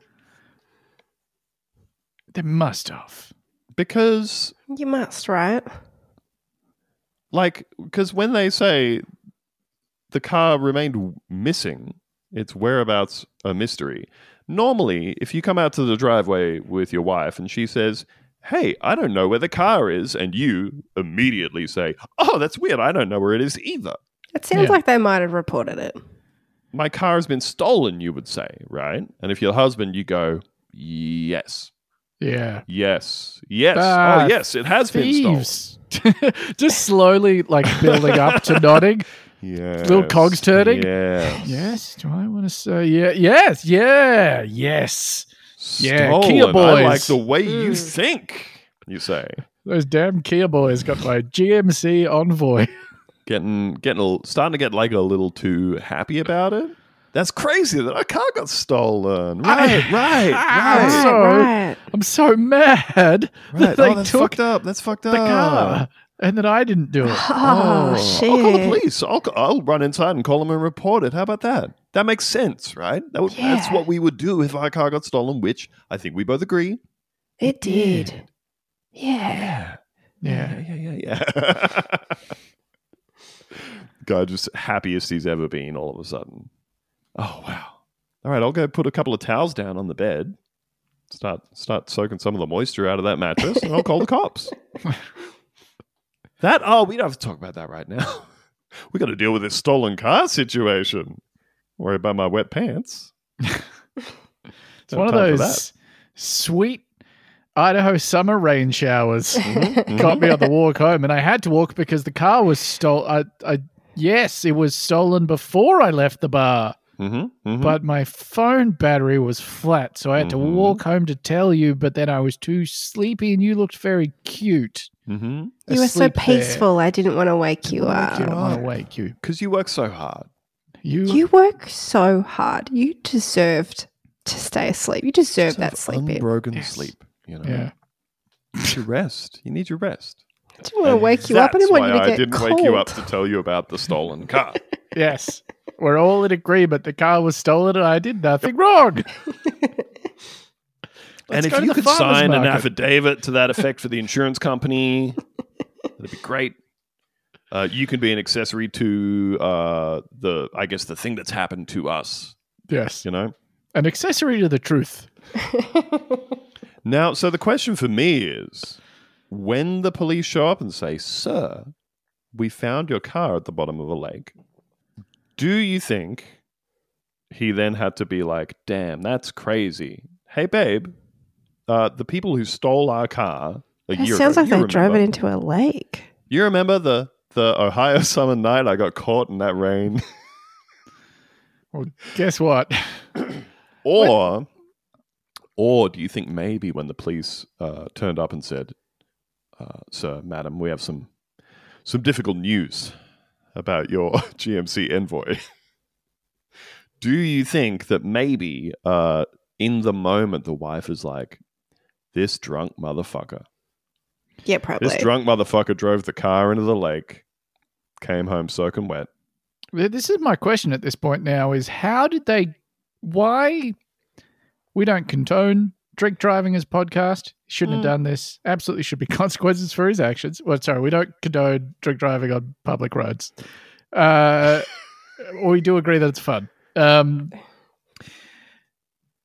Speaker 2: They must have.
Speaker 4: Because
Speaker 3: you must, right?
Speaker 4: like because when they say the car remained w- missing its whereabouts a mystery normally if you come out to the driveway with your wife and she says hey i don't know where the car is and you immediately say oh that's weird i don't know where it is either
Speaker 3: It
Speaker 2: Yeah.
Speaker 3: sounds like they might have reported it.
Speaker 4: my car has been stolen you would say right and if your husband you go yes
Speaker 2: Yeah.
Speaker 4: yes yes
Speaker 2: Ah,
Speaker 4: oh yes it has been stolen
Speaker 2: Thieves. Just slowly like building up to nodding.
Speaker 4: yeah
Speaker 2: Little cogs turning.
Speaker 4: yeah
Speaker 2: Yes. Do I want to say yeah? Yes. Yeah. Yes. Yeah,
Speaker 4: Stolen.
Speaker 2: Kia
Speaker 4: I like
Speaker 2: boys.
Speaker 4: the way you
Speaker 3: Mm.
Speaker 4: think. You say
Speaker 2: Those damn Kia boys got my GMC Envoy.
Speaker 4: getting getting a, starting to get like a little too happy about it. That's crazy that our car got stolen. Right,
Speaker 2: I-
Speaker 4: right,
Speaker 2: Ah,
Speaker 4: right,
Speaker 2: so-
Speaker 3: right.
Speaker 2: I'm so mad
Speaker 4: right.
Speaker 2: that they
Speaker 4: oh, that's
Speaker 2: took
Speaker 4: fucked up. That's fucked up.
Speaker 2: the car and that I didn't do it.
Speaker 3: Oh, shit.
Speaker 4: I'll call the police. I'll, ca- I'll run inside and call them and report it. How about that? That makes sense, right? That would, That's
Speaker 3: Yeah.
Speaker 4: what we would do if our car got stolen, which I think we both agree.
Speaker 3: It did. Yeah.
Speaker 2: Yeah.
Speaker 4: yeah, yeah, yeah. God, just happiest he's ever been all of a sudden. Oh wow. All right, I'll go put a couple of towels down on the bed. Start start soaking some of the moisture out of that mattress, and I'll call the cops. that oh, we don't have to talk about that right now. We got to deal with this stolen car situation. Worry about my wet pants.
Speaker 2: It's one of those sweet Idaho summer rain showers. Got me on the walk home, and I had to walk because the car was stolen. I, I, yes, it was stolen before I left the bar.
Speaker 4: Mm-hmm,
Speaker 2: but my phone battery was flat, so I had to
Speaker 4: Mhm.
Speaker 2: walk home to tell you. But then I was too sleepy, and you looked very cute.
Speaker 4: mm-hmm.
Speaker 3: You were so
Speaker 2: asleep there.
Speaker 3: peaceful. I didn't want to wake you
Speaker 2: I didn't
Speaker 3: up.
Speaker 2: want to wake you.
Speaker 4: Because you work so hard.
Speaker 2: You,
Speaker 3: You work so hard. You deserved to stay asleep. You deserve
Speaker 4: Sort
Speaker 3: that
Speaker 4: of
Speaker 3: sleep in.
Speaker 4: Unbroken
Speaker 2: Yes.
Speaker 4: sleep. You know.
Speaker 2: yeah.
Speaker 4: You need your rest. You need your rest.
Speaker 3: I didn't want to wake you up. I
Speaker 4: That's
Speaker 3: didn't want you
Speaker 4: why
Speaker 3: to get
Speaker 4: I didn't
Speaker 3: cold.
Speaker 4: wake you up to tell you about the stolen car.
Speaker 2: yes, we're all in agreement. The car was stolen, and I did nothing wrong.
Speaker 4: and
Speaker 2: Let's
Speaker 4: if
Speaker 2: go to
Speaker 4: you
Speaker 2: the
Speaker 4: could
Speaker 2: farmer's
Speaker 4: sign an
Speaker 2: market.
Speaker 4: affidavit to that effect for the insurance company, that'd be great. Uh, you can be an accessory to uh, the, I guess, the thing that's happened to us.
Speaker 2: yes,
Speaker 4: You know.
Speaker 2: an accessory to the truth.
Speaker 4: Now, so the question for me is when the police show up and say, Sir, we found your car at the bottom of a lake, do you think he then had to be like, Damn, that's crazy? Hey, babe, uh, the people who stole our car a
Speaker 3: That
Speaker 4: year
Speaker 3: sounds
Speaker 4: ago,
Speaker 3: like
Speaker 4: you
Speaker 3: they
Speaker 4: remember,
Speaker 3: drove it into a lake.
Speaker 4: You remember the, the Ohio summer night I got caught in that rain?
Speaker 2: Well, guess what?
Speaker 4: Or, or do you think maybe when the police uh, turned up and said, uh, "Sir, madam, we have some some difficult news about your GMC Envoy." do you think that maybe uh, in the moment the wife is like, "This drunk motherfucker,
Speaker 3: Yeah, probably.
Speaker 4: this drunk motherfucker drove the car into the lake, came home soaking wet."
Speaker 2: Th- This is my question at this point now: is how did they? Why? We don't condone drink driving his podcast. He shouldn't
Speaker 3: Mm.
Speaker 2: have done this. Absolutely should be consequences for his actions. Well, sorry, we don't condone drink driving on public roads. Uh, we do agree that it's fun. Um,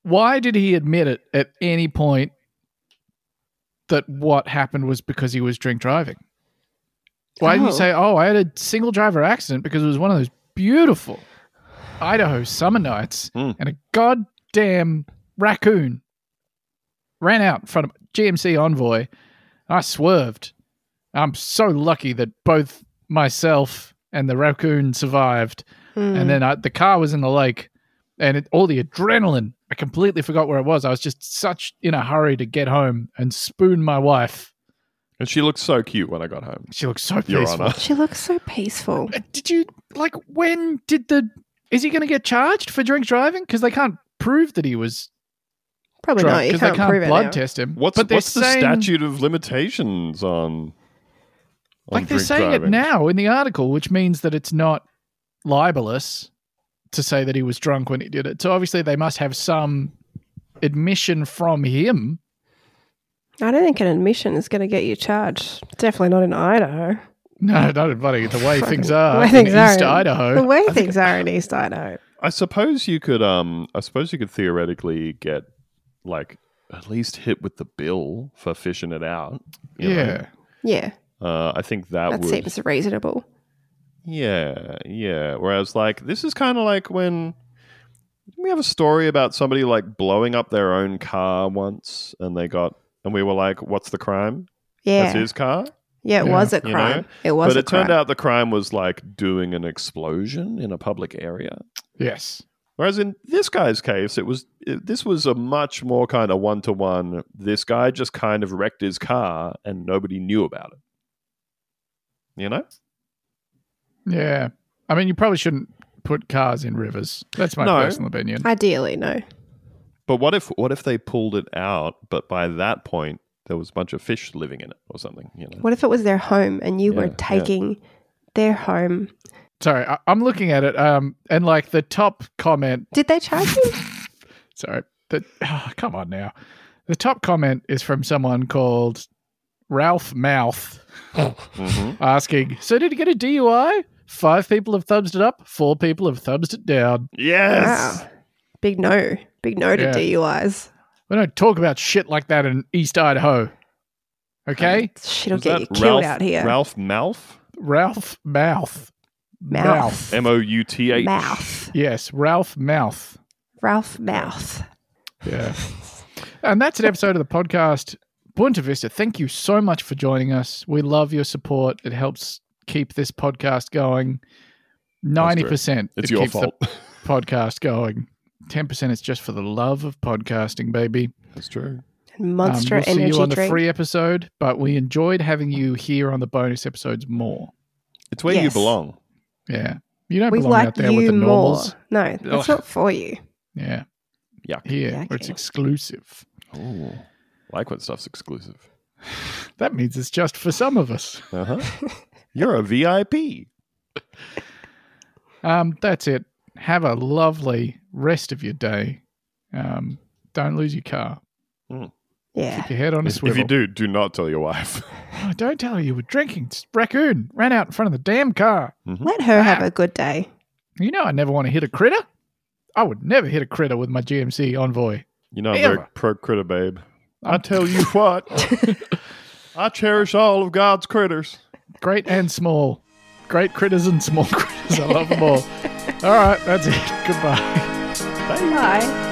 Speaker 2: why did he admit it at any point that what happened was because he was drink driving? Why didn't
Speaker 3: Oh.
Speaker 2: you say, "Oh, I had a single driver accident because it was one of those beautiful Idaho summer nights,
Speaker 4: Mm.
Speaker 2: and a goddamn raccoon ran out in front of GMC Envoy. I swerved. I'm so lucky that both myself and the raccoon survived.
Speaker 3: Hmm.
Speaker 2: And then I, the car was in the lake, and it, all the adrenaline. I completely forgot where I was. I was just such in a hurry to get home and spoon my wife.
Speaker 4: And she looked so cute when I got home,
Speaker 2: She looked so
Speaker 4: Your
Speaker 2: peaceful.
Speaker 4: Honor.
Speaker 3: she looks so peaceful.
Speaker 2: Uh, Did you like when did the is he going to get charged for drink driving because they can't prove that he was
Speaker 3: Probably
Speaker 2: drunk
Speaker 3: not. You
Speaker 2: because
Speaker 3: can't,
Speaker 2: they can't
Speaker 3: prove
Speaker 2: blood
Speaker 3: it. Now.
Speaker 2: test him.
Speaker 4: What's
Speaker 2: but they're
Speaker 4: what's the
Speaker 2: saying-
Speaker 4: statute of limitations on? on
Speaker 2: Like they're
Speaker 4: drink
Speaker 2: saying it
Speaker 4: driving?
Speaker 2: now in the article, which means that it's not libelous to say that he was drunk when he did it. So obviously they must have some admission from him.
Speaker 3: I don't think an admission is going to get you charged. Definitely not in Idaho.
Speaker 2: No, not in bloody the way things are
Speaker 3: The way
Speaker 2: in
Speaker 3: things are
Speaker 2: East
Speaker 3: in- The
Speaker 2: Idaho.
Speaker 3: way things are in East Idaho.
Speaker 4: I suppose you could. Um, I suppose you could theoretically get like at least hit with the bill for fishing it out. you know?
Speaker 2: Yeah.
Speaker 3: Yeah,
Speaker 4: Uh, I think that,
Speaker 3: that
Speaker 4: would.
Speaker 3: seems reasonable.
Speaker 4: Yeah, yeah. Whereas, like, this is kind of like when didn't we have a story about somebody like blowing up their own car once, and they got, and we were like, "What's the crime?"
Speaker 3: Yeah,
Speaker 4: That's his car.
Speaker 3: yeah, it
Speaker 2: Yeah.
Speaker 3: was a
Speaker 4: You know?
Speaker 3: crime. It was.
Speaker 4: but
Speaker 3: a
Speaker 4: it turned
Speaker 3: crime.
Speaker 4: out the crime was like doing an explosion in a public area.
Speaker 2: Yes.
Speaker 4: Whereas in this guy's case, it was it, this was a much more kind of one to one. This guy just kind of wrecked his car, and nobody knew about it. You know.
Speaker 2: Yeah. I mean, you probably shouldn't put cars in rivers. That's my
Speaker 4: No.
Speaker 2: personal opinion.
Speaker 3: Ideally, no.
Speaker 4: But what if what if they pulled it out, but by that point there was a bunch of fish living in it or something, you know?
Speaker 3: What if it was their home and you
Speaker 4: Yeah,
Speaker 3: were
Speaker 4: yeah.
Speaker 3: taking their home?
Speaker 2: Sorry, I- I'm looking at it. Um, and like the top comment.
Speaker 3: Did they charge you?
Speaker 2: Sorry, the, ah, come on now. The top comment is from someone called Ralph Mouth
Speaker 4: Mhm.
Speaker 2: asking, "So did he get a DUI? Five people have thumbs it up. Four people have thumbs it down.
Speaker 4: Yes.
Speaker 3: Wow. Big no. Big no to
Speaker 2: Yeah.
Speaker 3: DUIs.
Speaker 2: We don't talk about shit like that in East Idaho." Okay.
Speaker 3: Shit'll
Speaker 4: Was
Speaker 3: get
Speaker 4: that
Speaker 3: you killed
Speaker 4: Ralph-
Speaker 3: out here.
Speaker 4: Ralph Malf?
Speaker 2: Ralph Mouth.
Speaker 3: Mouth.
Speaker 4: M O U T H.
Speaker 3: Mouth.
Speaker 2: Yes, Ralph Mouth.
Speaker 3: Ralph Mouth.
Speaker 2: Yeah. and that's an episode of the podcast. Buena Vista, thank you so much for joining us. We love your support. It helps keep this podcast going. 90%
Speaker 4: It's
Speaker 2: it
Speaker 4: your
Speaker 2: keeps
Speaker 4: fault.
Speaker 2: the podcast going. 10% it's just for the love of podcasting, baby.
Speaker 4: That's true.
Speaker 3: And
Speaker 2: Um,
Speaker 3: Monster
Speaker 2: we'll see
Speaker 3: Energy
Speaker 2: you on the
Speaker 3: Drink.
Speaker 2: free episode, but we enjoyed having you here on the bonus episodes more.
Speaker 4: It's where you
Speaker 3: Yes.
Speaker 4: belong.
Speaker 2: Yeah. You don't
Speaker 3: we
Speaker 2: belong
Speaker 3: like
Speaker 2: out there
Speaker 3: you
Speaker 2: with the
Speaker 3: more.
Speaker 2: normals.
Speaker 3: No, that's
Speaker 2: Ugh.
Speaker 3: not for you.
Speaker 2: Yeah.
Speaker 4: Yuck.
Speaker 2: Here, where it's
Speaker 3: Yucky.
Speaker 2: exclusive.
Speaker 4: Ooh. Like when stuff's exclusive.
Speaker 2: That means it's just for some of us.
Speaker 4: Uh-huh. You're a VIP.
Speaker 2: Um, that's it. Have a lovely rest of your day. Um, don't lose your car.
Speaker 3: Yeah.
Speaker 2: Your head on a
Speaker 4: If, if
Speaker 2: swivel.
Speaker 4: you do, do not tell your wife.
Speaker 2: Oh, don't tell her you were drinking. It's raccoon ran out in front of the damn car.
Speaker 3: Let her
Speaker 4: Ah.
Speaker 3: have a good day.
Speaker 2: You know I never want to hit a critter. I would never hit a critter with my GMC Envoy.
Speaker 4: You know I'm
Speaker 2: Ever.
Speaker 4: very pro critter, babe. I tell you what. I cherish all of God's critters.
Speaker 2: Great and small. Great critters and small critters. I love them all. all right, that's it. Goodbye.
Speaker 3: Bye.